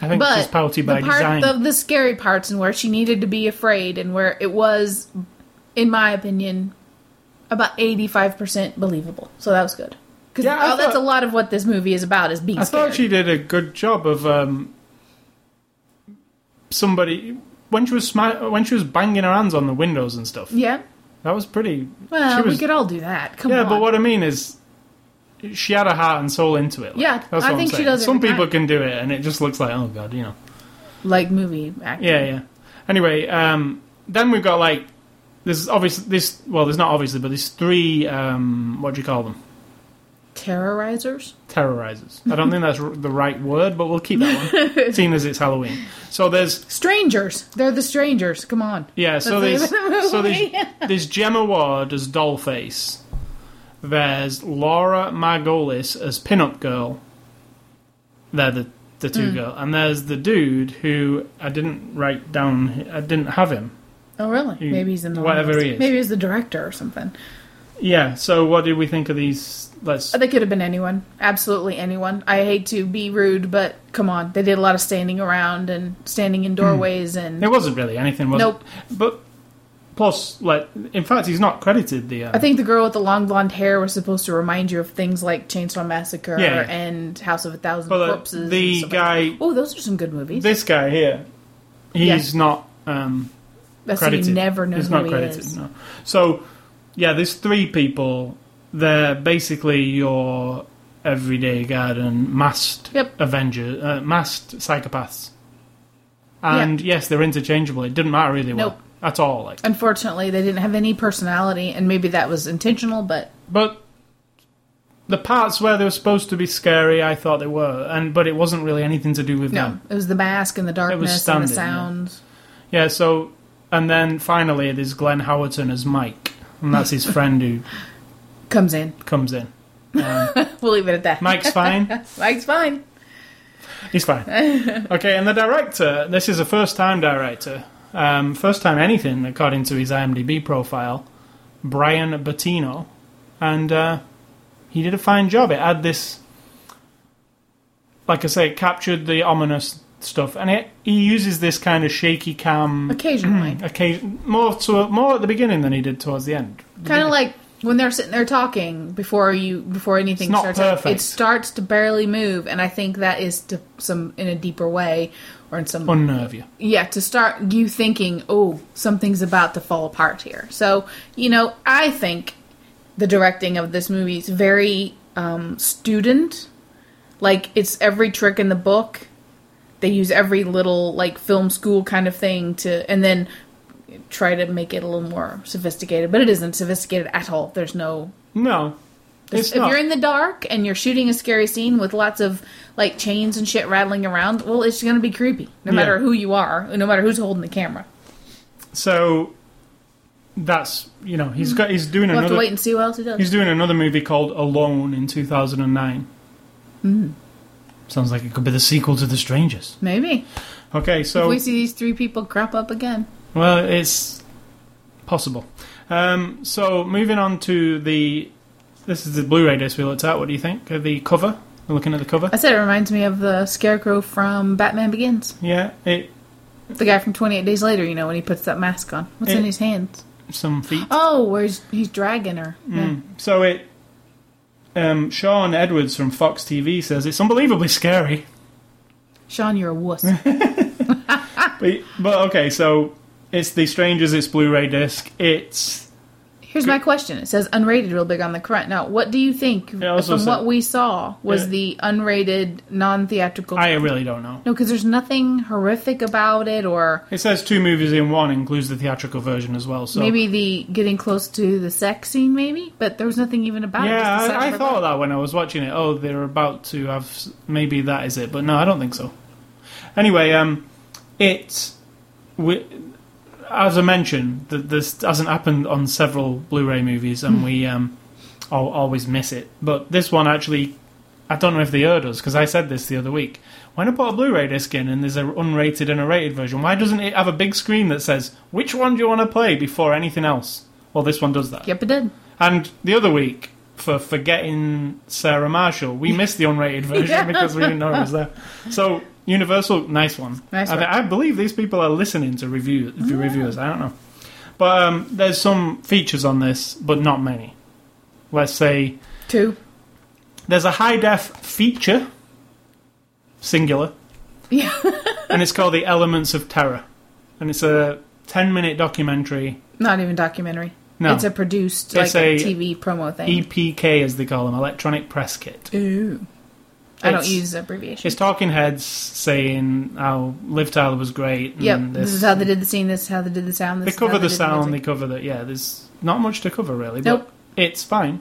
I think but she's pouty by the part design. of the scary parts and where she needed to be afraid and where it was, in my opinion, about eighty five percent believable. So that was good. Because Yeah, I that's a thought- lot of what this movie is about is being I scared. thought she did a good job of um, somebody when she was smi- when she was banging her hands on the windows and stuff. yeah. That was pretty. Well, she was, we could all do that. Come yeah, on. but what I mean is, she had her heart and soul into it. like, Yeah, that's I what am think she saying. does Some every people time. can do it, and it just looks like oh god, you know. Like movie acting. Yeah, yeah. Anyway, um, then we've got like There's obviously this. Well, there's not obviously, but there's three. Um, what do you call them? Terrorizers? Terrorizers. I don't think that's r- the right word, but we'll keep that one, seeing as it's Halloween. So there's Strangers. They're the strangers. Come on. Yeah, so there's That's the name of the so there's, movie. there's Gemma Ward as Dollface. There's Laura Margolis as Pinup Girl. They're the the Hmm. two girl, and there's the dude who I didn't write down. I didn't have him. Oh, really? You- Maybe he's in the Mm. whatever list. he is. Maybe he's the director or something. Yeah. So what did we think of these? Let's. Oh, They could have been anyone. Absolutely anyone. I hate to be rude, but come on. They did a lot of standing around and standing Mm. in doorways and. It wasn't really anything, was Nope. it? But plus, like, in fact, he's not credited. The uh, I think the girl with the long blonde hair was supposed to remind you of things like Chainsaw Massacre Yeah. and House of a Thousand Well, the- Corpses. uh, the and stuff like that. guy- oh, those are some good movies. this guy here. He's not. Um, That's how credited. you never know It's who not he credited. is. No. So yeah, there's three people. They're basically your everyday garden masked Yep. Avenger, uh, masked psychopaths. And yes, they're interchangeable. It didn't matter really well Nope. at all. Like, Unfortunately, they didn't have any personality, and maybe that was intentional, but but the parts where they were supposed to be scary, I thought they were, and but it wasn't really anything to do with no. them. It was the mask and the darkness standing, yeah. and the sounds. Yeah. So and then finally, there's Glenn Howerton as Mike, and that's his friend who Comes in. comes in. We'll leave it at that. Mike's fine. Mike's fine. He's fine. okay, and the director, this is a first time director, um, first time anything, according to his IMDb profile, Brian Bettino. And uh, he did a fine job. It had this, like I say, it captured the ominous stuff. And it, he uses this kind of shaky cam Occasionally. Mm. occasion, more, to, more at the beginning than he did towards the end. kind of like when they're sitting there talking before you before anything It's not starts up, perfect. it starts to barely move and i think that is to some in a deeper way or in some Unnerve you. yeah to start you thinking oh something's about to fall apart here so you know i think the directing of this movie is very um, student like it's every trick in the book they use every little like film school kind of thing to and then try to make it a little more sophisticated but it isn't sophisticated at all there's no No. It's if not. you're in the dark and you're shooting a scary scene with lots of like chains and shit rattling around, well, it's going to be creepy, no Yeah. matter who you are, no matter who's holding the camera. so that's, you know, he's got, he's doing Hmm. We'll have another. to wait and see what else he does. He's doing another movie called Alone in 2009. Mm. Sounds like it could be the sequel to The Strangers. Maybe Okay, if so we see these three people crop up again. well, it's possible. Um, so moving on to the this is the Blu-ray disc we looked at. What do you think of the cover? We're looking at the cover. I said it reminds me of the Scarecrow from Batman Begins, Yeah, it the guy from Twenty Eight Days Later. You know when he puts that mask on, what's It- in his hands? some feet. Oh, where he's, he's dragging her. Mm. Yeah. So it um, Sean Edwards from Fox TV says it's unbelievably scary. Sean, you're a wuss. But, but okay, so it's The Strangers. It's Blu-ray disc. It's Here's my question. It says unrated real big on the front. Now, what do you think It also from said- what we saw was Yeah. the unrated non-theatrical? I really don't know. No, because there's nothing horrific about it, or It says two movies in one includes the theatrical version as well. So maybe the getting close to the sex scene, maybe. But there was nothing even about it. yeah, just the I, I sound of thought it. that when I was watching it. Oh, they're about to have s- maybe that is it, but no, I don't think so. Anyway, um, it we, as I mentioned, th- this hasn't happened on several Blu-ray movies, and we um, al always miss it. But this one actually, I don't know if they heard us because I said this the other week. When I put a Blu-ray disc in and there's an unrated and a rated version, why doesn't it have a big screen that says which one do you want to play before anything else? Well, this one does that. Yep, it did. And the other week, for forgetting Sarah Marshall, we missed the unrated version Yeah. because we didn't know it was there. So Universal, nice one. Nice I, one. Ah. I believe these people are listening to review to reviewers. I don't know, but um, there's some features on this, but not many. Let's say Two. there's a high def feature, singular, Yeah. and it's called the Elements of Terror, and it's a ten minute documentary. Not even documentary. No, It's a produced It's like a a E TV promo thing. EPK as they call them, electronic press kit. Ooh. I don't It's- use abbreviations. It's talking heads saying how Liv Tyler was great. And Yep, this- this is how they did the scene. This is how they did the sound. They This is cover how the did sound. They music. cover the yeah. There's not much to cover really, but Nope. it's fine.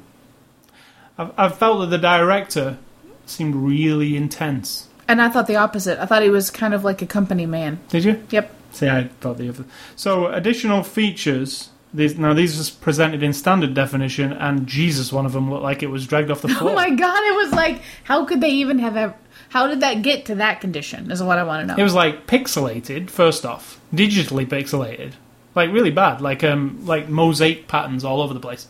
I've, I've felt that the director seemed really intense. And I thought the opposite. I thought he was kind of like a company man. Did you? Yep. See, I thought the other. So additional features. These, now these was presented in standard definition, and Jesus, one of them looked like it was dragged off the floor. Oh my god! It was like, how could they even have? ev- How did that get to that condition? Is what I want to It know. was like pixelated. First off, digitally pixelated, like really bad, like um, like mosaic patterns all over the place.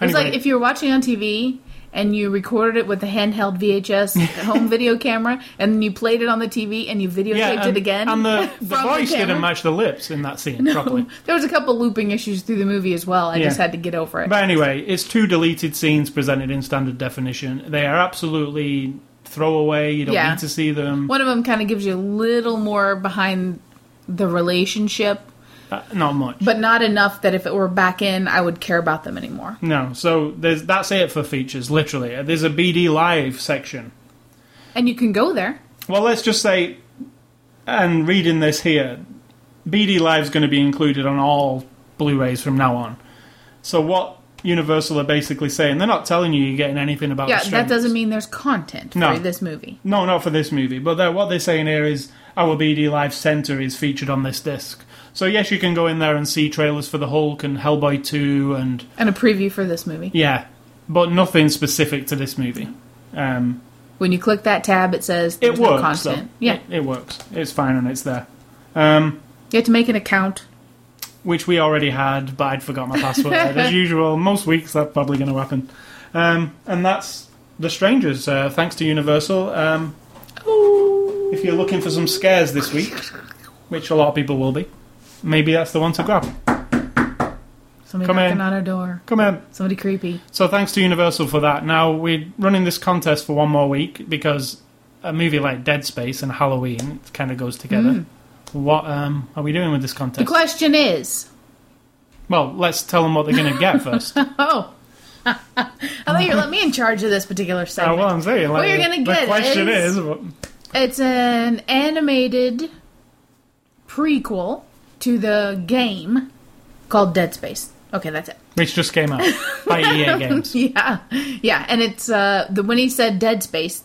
It's Anyway, like if you were watching on TV and you recorded it with a handheld VHS home video camera, and then you played it on the TV and you videotaped it and- again. And um, the, the from the voice camera. didn't match the lips in that scene properly. there was a couple looping issues through the movie as well. I Yeah. just had to get over it. But anyway, it's two deleted scenes presented in standard definition. They are absolutely throwaway. You don't Yeah. need to see them. One of them kind of gives you a little more behind the relationship, Uh, not much. but not enough that if it were back in, I would care about them anymore. No, so there's that's it for features. Literally, Uh, there's a BD live section. And you can go there. Well, let's just say, and reading this here, BD Live's going to be included on all Blu-rays from now on. So what Universal are basically saying, they're not telling you you're getting anything about. Yeah, the that strings. doesn't mean there's content Oh, No. for this movie. No, not for this movie. But they're, what they're saying here is our BD Live Center is featured on this disc. So yes, you can go in there and see trailers for the Hulk and Hellboy Two, and And a preview for this movie. yeah, but nothing specific to this movie. Um, When you click that tab, it says it there's no works. content. though. Yeah. it, it works. It's fine and it's there. You have to make an account. which we already had, but I'd forgot my password. As usual, most weeks that's probably going to happen. Um, and that's The Strangers, uh, thanks to Universal. Um, if you're looking for some scares this week, which a lot of people will be, maybe that's the one to grab. Somebody Come knocking in. on our door. Come in. Somebody creepy. So thanks to Universal for that. Now we're running this contest for one more week because a movie like Dead Space and Halloween kind of goes together. What um, are we doing with this The contest? question is. well, let's tell them what they're going to get first. Oh. I thought you let me in charge of this particular Uh, segment. well, I'm saying, like, What you're gonna the get question is- is, what- It's an animated prequel to the game called Dead Space. Okay, that's it. which just came out by EA Games. Yeah. Yeah, and it's uh the when he said Dead Space,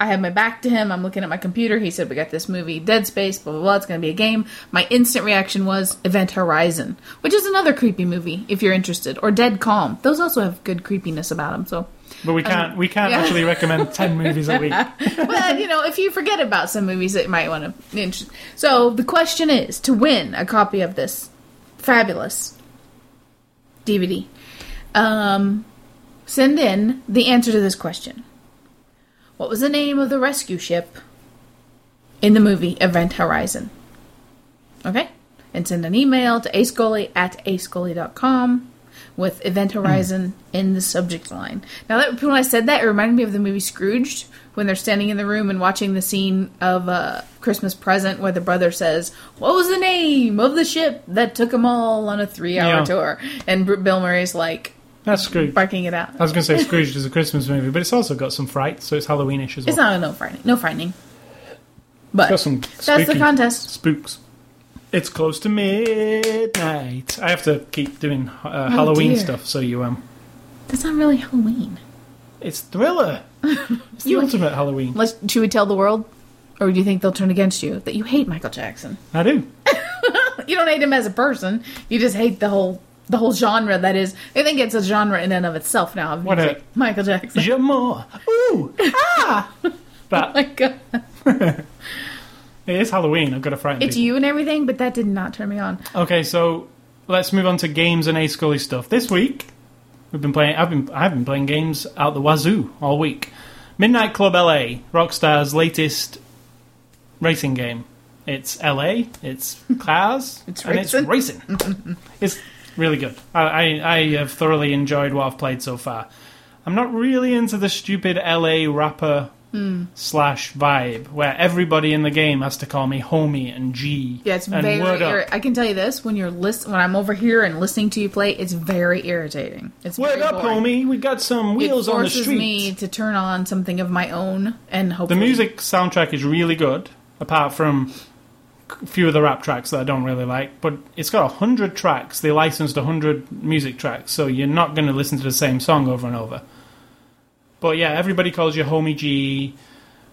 I had my back to him, I'm looking at my computer, he said we got this movie, Dead Space, blah blah blah, it's gonna be a game. My instant reaction was Event Horizon, which is another creepy movie if you're interested, or Dead Calm. Those also have good creepiness about them, so But we can't, we can't Um, yeah. actually recommend ten movies a week. but you know, if you forget about some movies, it might want to. interest So the question is to win a copy of this fabulous DVD. Um, send in the answer to this question. What was the name of the rescue ship in the movie Event Horizon? Okay, and send an email to acegully at acegully.com with Event Horizon in the subject line. Now that when I said that, it reminded me of the movie Scrooged when they're standing in the room and watching the scene of uh, Christmas Present where the brother says, "What was the name of the ship that took them all on a three-hour Yeah. tour?" And Br- Bill Murray's like That's Scrooge. barking it out. I was going to say Scrooge is a Christmas movie, but it's also got some fright, so it's Halloweenish as well. It's not a no frightening, no frightening, but got some that's the spooky contest. spooks. It's close to midnight. I have to keep doing uh, Halloween Oh, dear. stuff, so you um, That's not really Halloween. it's thriller. It's the You- ultimate Halloween. Let's, should we tell the world, or do you think they'll turn against you that you hate Michael Jackson? I do. you don't hate him as a person. You just hate the whole the whole genre that is. I think it's a genre in and of itself now. Of What a- music. Michael Jackson. Jamal. Ooh. Ah. But My God. it is Halloween. I've got to frighten It's people. you and everything, but that did not turn me on. Okay, so let's move on to games and A Scully stuff. This week we've been playing I've been I've been playing games out the wazoo all week. Midnight Club LA, Rockstar's latest racing game. It's LA, it's cars, It's and it's racing. racing. it's really good. I, I I have thoroughly enjoyed what I've played so far. I'm not really into the stupid LA rapper Hmm. slash vibe where everybody in the game has to call me homie and G. Yeah, it's and very. word up. Irri- I can tell you this: when you're list- when I'm over here and listening to you play, it's very irritating. It's Word very up, boring. homie! We got some wheels it on the forces street. me to turn on something of my own and The hopefully music soundtrack is really good, apart from a few of the rap tracks that I don't really like. But it's got hundred tracks. They licensed hundred music tracks, so you're not going to listen to the same song over and over. But yeah, everybody calls you homie G.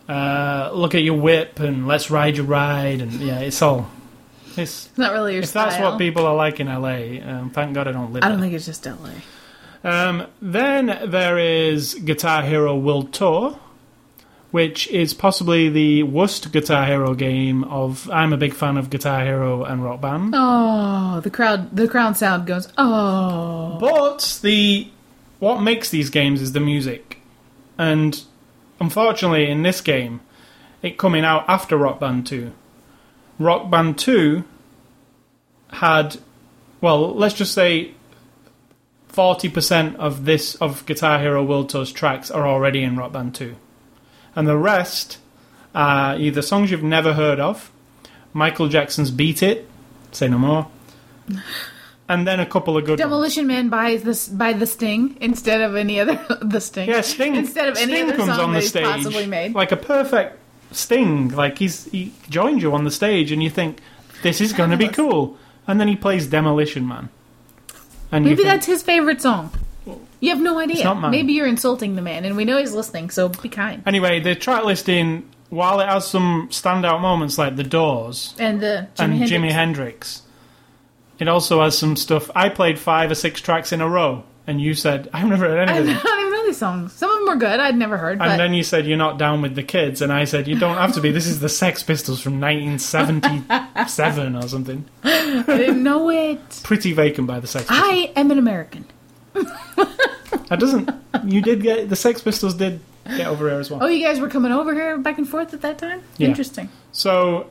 Uh, look at your whip and let's ride your ride, and yeah, it's all. It's It's not really your if that's style. what people are like in LA, um, thank God I don't live. I don't there. think it's just LA. Um, then there is Guitar Hero World Tour, which is possibly the worst Guitar Hero game of. I'm a big fan of Guitar Hero and Rock Band, Oh, the crowd, the crowd sound goes. Oh, but the what makes these games is the music, and unfortunately, in this game, it coming out after Rock Band Two. Rock Band Two had, well, let's just say. 40% of this of Guitar Hero World Tour's tracks are already in Rock Band 2. And the rest are either songs you've never heard of, Michael Jackson's Beat It, say no more, and then a couple of good ones. Demolition Man buys this by the Sting instead of any other the Sting. Yeah, Sting. Instead of Sting any other comes song on that the he's stage, possibly made. like a perfect Sting. Like he's he joins you on the stage, and you think this is going to be cool, and then he plays Demolition Man. And you Maybe think, that's his favorite song. You have no idea. not mine. Maybe you're insulting the man, and we know he's listening, so be kind. anyway. The track listing, while it has some standout moments like The Doors, And the Jimi and Hendrix. Jimi Hendrix. It also has some stuff. I played five or six tracks in a row, and you said, I've never heard any I of them. don't even know these songs. Some of them are good. I'd never heard, but And then you said, You're not down with the kids. And I said, You don't have to be. This is the Sex Pistols from 1977 or something. I didn't know it. Pretty vacant by the Sex Pistols. I am an American. That doesn't. You did get. The Sex Pistols did get over here as well. Oh, you guys were coming over here back and forth at that time. Yeah. Interesting. So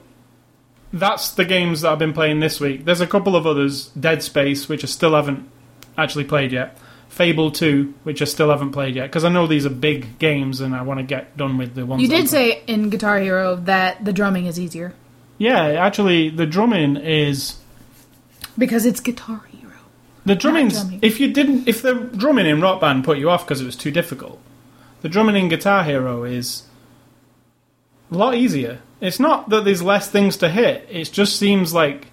that's the games that I've been playing this week. There's a couple of others, Dead Space, which I still haven't actually played yet. Fable 2, which I still haven't played yet, because I know these are big games and I want to get done with the ones. You that I'm did say in Guitar Hero that the drumming is easier playing. Yeah, actually, the drumming is. because it's Guitar Hero. The drumming's. drumming. If you didn't. If the drumming in Rock Band put you off because it was too difficult, the drumming in Guitar Hero is. a lot easier. It's not that there's less things to hit, it just seems like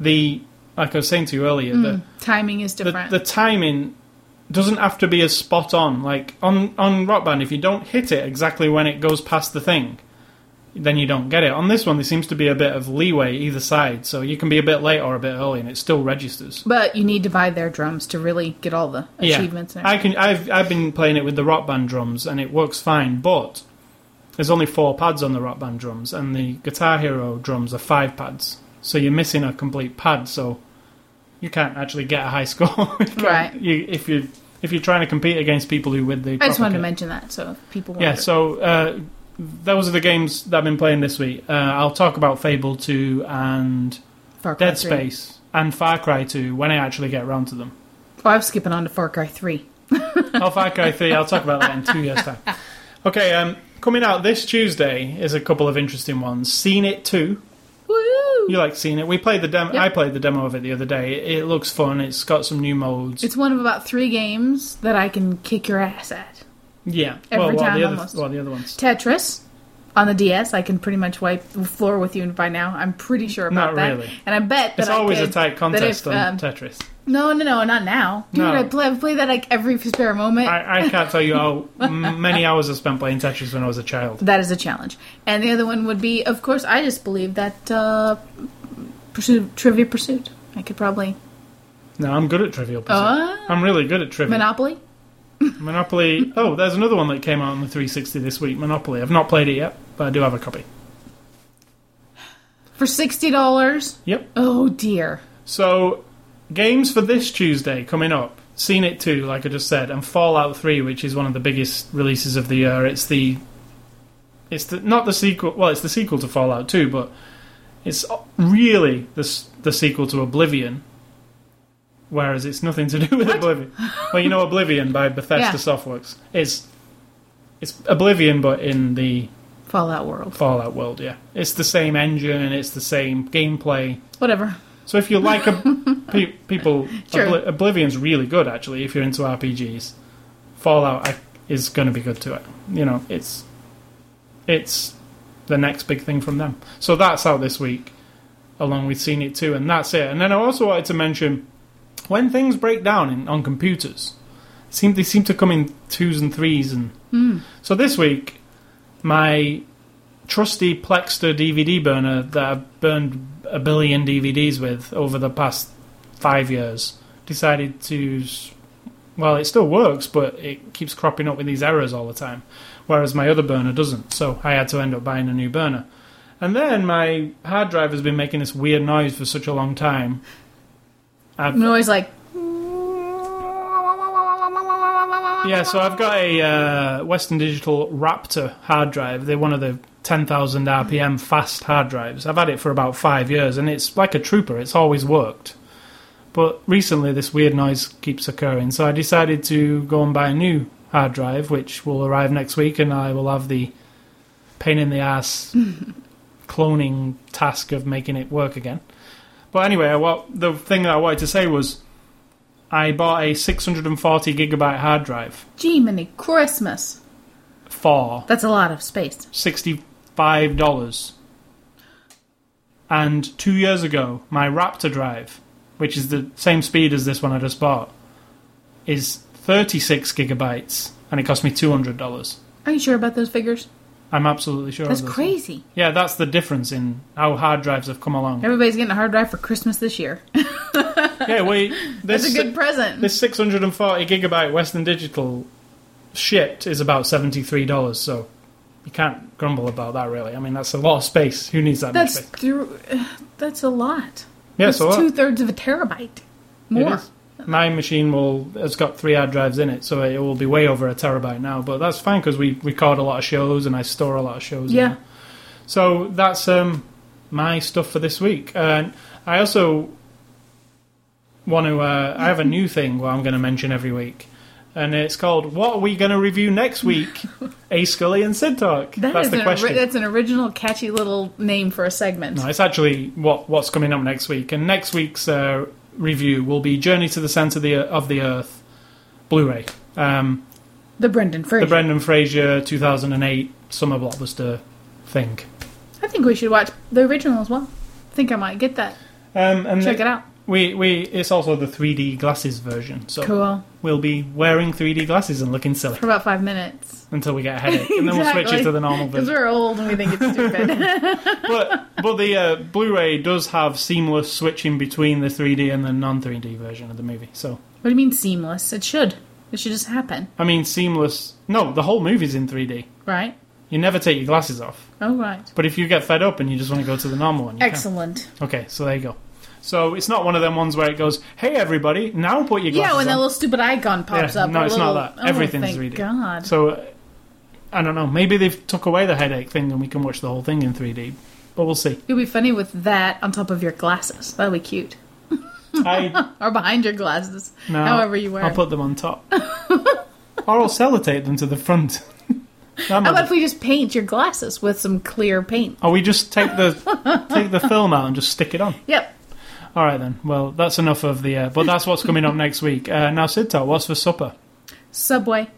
the. Like I was saying to you earlier, the, Timing is the, Hmm, different. the timing doesn't have to be as spot on. Like on on Rock Band, if you don't hit it exactly when it goes past the thing, then you don't get it. On this one, there seems to be a bit of leeway either side, so you can be a bit late or a bit early, and it still registers. but you need to buy their drums to really get all the achievements. Yeah, and I can. I've I've been playing it with the Rock Band drums, and it works fine. But there's only four pads on the Rock Band drums, and the Guitar Hero drums are five pads, so you're missing a complete pad. So you can't actually get a high score, You can't- Right. You, if you if you're trying to compete against people who with the I just proper wanted to kit. mention that so if people. Yeah, wondered. so uh, those are the games that I've been playing this week. Uh, I'll talk about Fable 2 and Far Cry Dead 3. Space and Far Cry 2 when I actually get around to them. Oh, Oh, I'm skipping on to Far Cry Three. Far Cry 3, I'll talk about that in two years' time. Okay, um, coming out this Tuesday is a couple of interesting ones. Seen It 2. Woo! You like Seen It? We played the demo. Yeah. I played the demo of it the other day. It, it looks fun. It's got some new modes. It's one of about three games that I can kick your ass at. yeah. every well, what are time the other, almost. what are the other ones? Tetris on the DS, I can pretty much wipe the floor with you by now. I'm pretty sure Not about that. really. And I bet that It's I always could- a tight contest that if, on um, Tetris. No, no, no, not now, dude. No. I play, I play that like every spare moment. I, I can't tell you how m- many hours I spent playing Tetris when I was a child. that is a challenge. And the other one would be, of course, I just believe that uh, pursuit, trivia pursuit. I could probably No, I'm good at Trivial Pursuit. Ah. I'm really good at Trivial. Monopoly. Monopoly. Oh, there's another one that came out on the 360 this week. Monopoly. I've not played it yet, but I do have a copy. for sixty dollars. Yep. Oh dear. So, games for this Tuesday coming up. Seen it too, like I just said, and Fallout 3, which is one of the biggest releases of the year. It's the, it's the not the sequel. Well, it's the sequel to Fallout 2, but it's really the s- the sequel to Oblivion. Whereas it's nothing to do with Oblivion. Well, you know Oblivion by Bethesda Yeah. Softworks. It's It's Oblivion, but in the Fallout world. Fallout world. Yeah, it's the same engine and it's the same gameplay. Whatever. So if you like a, pe- people, Sure. Obli- Oblivion's really good actually. If you're into RPGs, Fallout I- is going to be good to it. You know, it's it's the next big thing from them. So that's out this week, along with Seen It Too, and that's it. And then I also wanted to mention when things break down in, on computers, seem they seem to come in twos and threes, and so this week my trusty Plexter DVD burner that I've burned a billion DVDs with over the past five years decided to. s- Well, it still works, but it keeps cropping up with these errors all the time, whereas my other burner doesn't. So I had to end up buying a new burner. And then my hard drive has been making this weird noise for such a long time. I've, I'm always like, Yeah, so I've got a uh, Western Digital Raptor hard drive. They're one of the 10,000 RPM fast hard drives. I've had it for about five years, and it's like a trooper. It's always worked. But recently, this weird noise keeps occurring, so I decided to go and buy a new hard drive, which will arrive next week, and I will have the pain in the ass cloning task of making it work again. But anyway, what the thing that I wanted to say was, I bought a 640 gigabyte hard drive gee, mini Christmas. for That's a lot of space. sixty-five dollars. And two years ago, my Raptor drive, which is the same speed as this one I just bought, is thirty-six gigabytes, and it cost me two hundred dollars. Are you sure about those figures? I'm absolutely sure. of That's this. crazy. Yeah, that's the difference in how hard drives have come along. Everybody's getting a hard drive for Christmas this year. yeah, we. That's This, a good present. this 640 gigabyte Western Digital shit is about seventy-three dollars. So you can't grumble about that, really. I mean, that's a lot of space. Who needs that that's much space? through. that's a lot. Yeah, that's so what? two thirds of a terabyte. It More. is. My machine will has got three hard drives in it, so it will be way over a terabyte now. But that's fine because we record a lot of shows and I store a lot of shows. in Yeah. there. So that's um, my stuff for this week. And I also want to. Uh, I have a new thing what I'm going to mention every week, and it's called "What Are We Going to Review Next Week?" A Scully and Sid Talk. That that's is the an, ori- question. that's an original, catchy little name for a segment. No, it's actually what what's coming up next week, and next week's uh, review will be "Journey to the Center of the, of the Earth" Blu-ray, um, The Brendan Fraser. the Brendan Fraser 2008 summer blockbuster thing. I think we should watch the original as well. I think I might get that. Um, and Check it out. we we it's also the 3D glasses version, so Cool. we'll be wearing 3D glasses and looking silly For about five minutes. until we get a headache, and then we'll switch Exactly. it to the normal Because version. we're old and we think it's stupid. but but the uh, Blu-ray does have seamless switching between the 3D and the non-3D version of the movie, so. What do you mean seamless? It should. It should just happen, I mean, seamless. No, the whole movie's in 3D. right? You never take your glasses off. Oh, right. But if you get fed up and you just want to go to the normal one, you Excellent. Can. Okay, so there you go. So it's not one of them ones where it goes, "Hey everybody, now put your glasses Yeah, when that on." little stupid icon pops Yeah, up. no, a it's not little- that. Everything's oh, thank 3D. God. So uh, I don't know. Maybe they've took away the headache thing and we can watch the whole thing in 3D. But we'll see. It'll be funny with that on top of your glasses. That'll be cute. I Or behind your glasses. no, However you wear I'll it. put them on top, or I'll sellotape them to the front. That How might about be- if we just paint your glasses with some clear paint? or we just take the take the film out and just stick it on. Yep. All right then. Well, that's enough of the. Uh, but that's what's coming up next week. Uh, now, Sidta, what's for supper? Subway.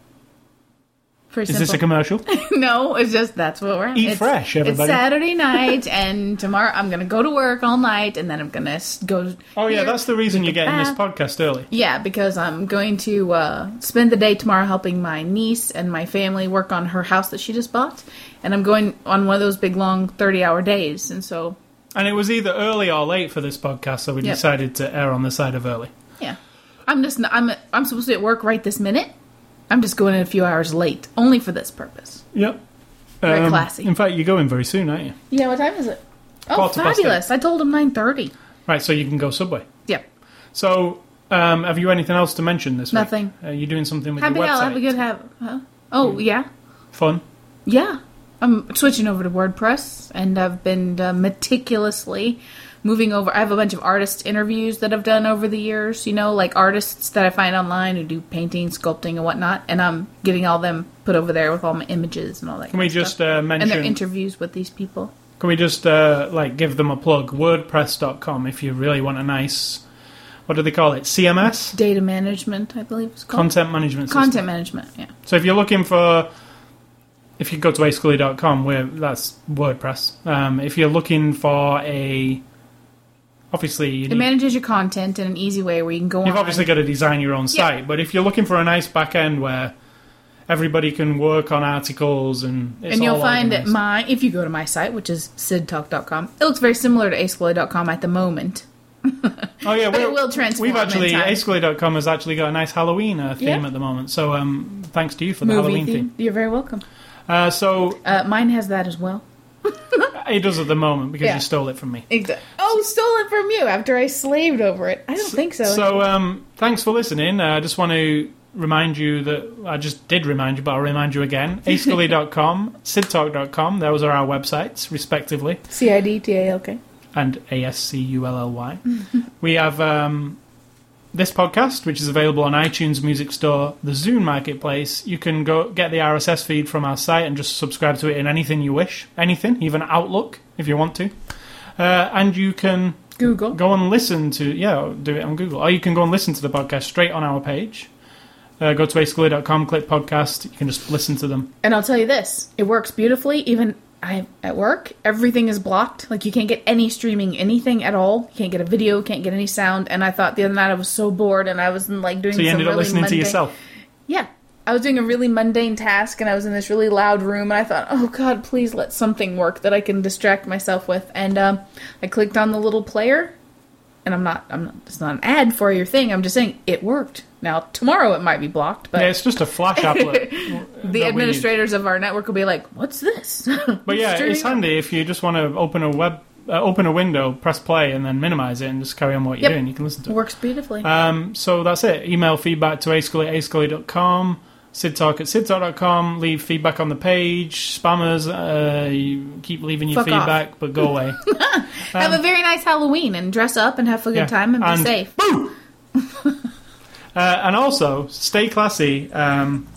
Pretty Is simple. this a commercial? No, it's just that's what we're at. Eat It's- fresh, everybody. It's Saturday night, and tomorrow I'm going to go to work all night, and then I'm going to go. Oh yeah, here. that's the reason you're getting this bath. podcast early. Yeah, because I'm going to uh, spend the day tomorrow helping my niece and my family work on her house that she just bought, and I'm going on one of those big long 30 hour days, and so And it was either early or late for this podcast, so we Yep. decided to err on the side of early. yeah, I'm just I'm I'm supposed to be at work right this minute. I'm just going in a few hours late, only for this purpose. Yep. Um, Very classy. In fact, you're going very soon, aren't you? Yeah, what time is it? Oh, Quarter past eight. fabulous! I told him 9:30. Right, so you can go subway. Yep. So, um, have you anything else to mention this Nothing. week? Nothing. Uh, you doing something with Happy your website? Mm. Gal, have a good have. Huh? Oh yeah, Fun. yeah. I'm switching over to WordPress, and I've been uh, meticulously moving over. I have a bunch of artist interviews that I've done over the years, you know, like artists that I find online who do painting, sculpting, and whatnot. And I'm getting all them put over there with all my images and all that. Can we kind of just stuff. uh, and their mention? interviews with these people. Can we just uh, like give them a plug? WordPress.com if you really want a nice, what do they call it? CMS, Data management, I believe it's called. content management system. Content management, yeah. So if you're looking for, if you go to ascully.com, where that's WordPress. Um, if you're looking for a, obviously you It need, manages your content in an easy way where you can go you've on. obviously got to design your own Yeah. site. But if you're looking for a nice back end where everybody can work on articles and it's and you'll all find that organized. my if you go to my site, which is sidtalk.com, it looks very similar to acewillow.com at the moment. oh yeah, But we're- it will transform. We've in actually time. ascully.com has actually got a nice Halloween uh, theme Yeah. at the moment. So um, thanks to you for the movie Halloween theme. theme. You're very welcome. Uh, so Uh, mine has that as well. it does at the moment because Yeah. you stole it from me. Exactly. Oh, stole it from you after I slaved over it. I don't think so. So um, thanks for listening. Uh, I just want to remind you that I just did remind you, but I'll remind you again. ascully.com, sidtalk.com, those are our websites, respectively, C I D T A L K. and A-S-C-U-L-L-Y. we have um, this podcast, which is available on iTunes Music Store, the Zune Marketplace. You can go get the RSS feed from our site and just subscribe to it in anything you wish, anything, even Outlook, if you want to. Uh, and you can Google. go and listen to yeah do it on google or you can go and listen to the podcast straight on our page uh, go to basically.com click podcast you can just listen to them And I'll tell you this: it works beautifully. Even I at work, everything is blocked. Like you can't get any streaming, anything at all. You can't get a video, can't get any sound. And I thought the other night I was so bored, and I was like doing. so you some ended up really listening to mundane- yourself Yeah. I was doing a really mundane task and I was in this really loud room and I thought, oh God, please let something work that I can distract myself with. And um, I clicked on the little player and I'm not, I'm not, it's not an ad for your thing. I'm just saying it worked. Now, tomorrow it might be blocked, but yeah it's just a flash applet the we administrators of our network will be like, what's this? but yeah Streaming- it's handy if you just want to open a web uh, open a window press play and then minimize it and just carry on what you're Yep. doing you can listen to it Works beautifully. Um, so that's it. Email feedback to ascully at ascully.com, sidtalk at sidtalk.com, leave feedback on the page. Spammers, uh, you keep leaving your Fuck off. feedback, but go away. have a very nice Halloween and dress up and have a good um, yeah. time and be And- safe. Uh, and also, stay classy. Um,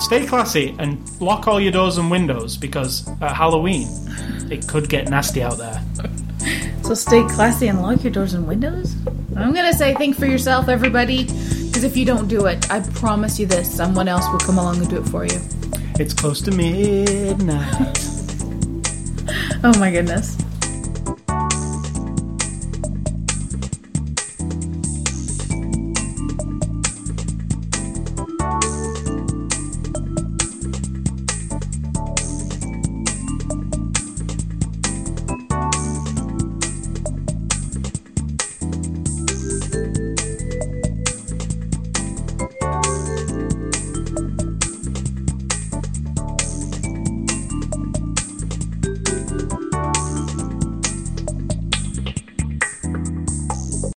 stay classy and lock all your doors and windows because at Halloween, it could get nasty out there. So stay classy and lock your doors and windows. I'm gonna say think for yourself, everybody, because if you don't do it, I promise you this: someone else will come along and do it for you. It's close to midnight. Oh my goodness.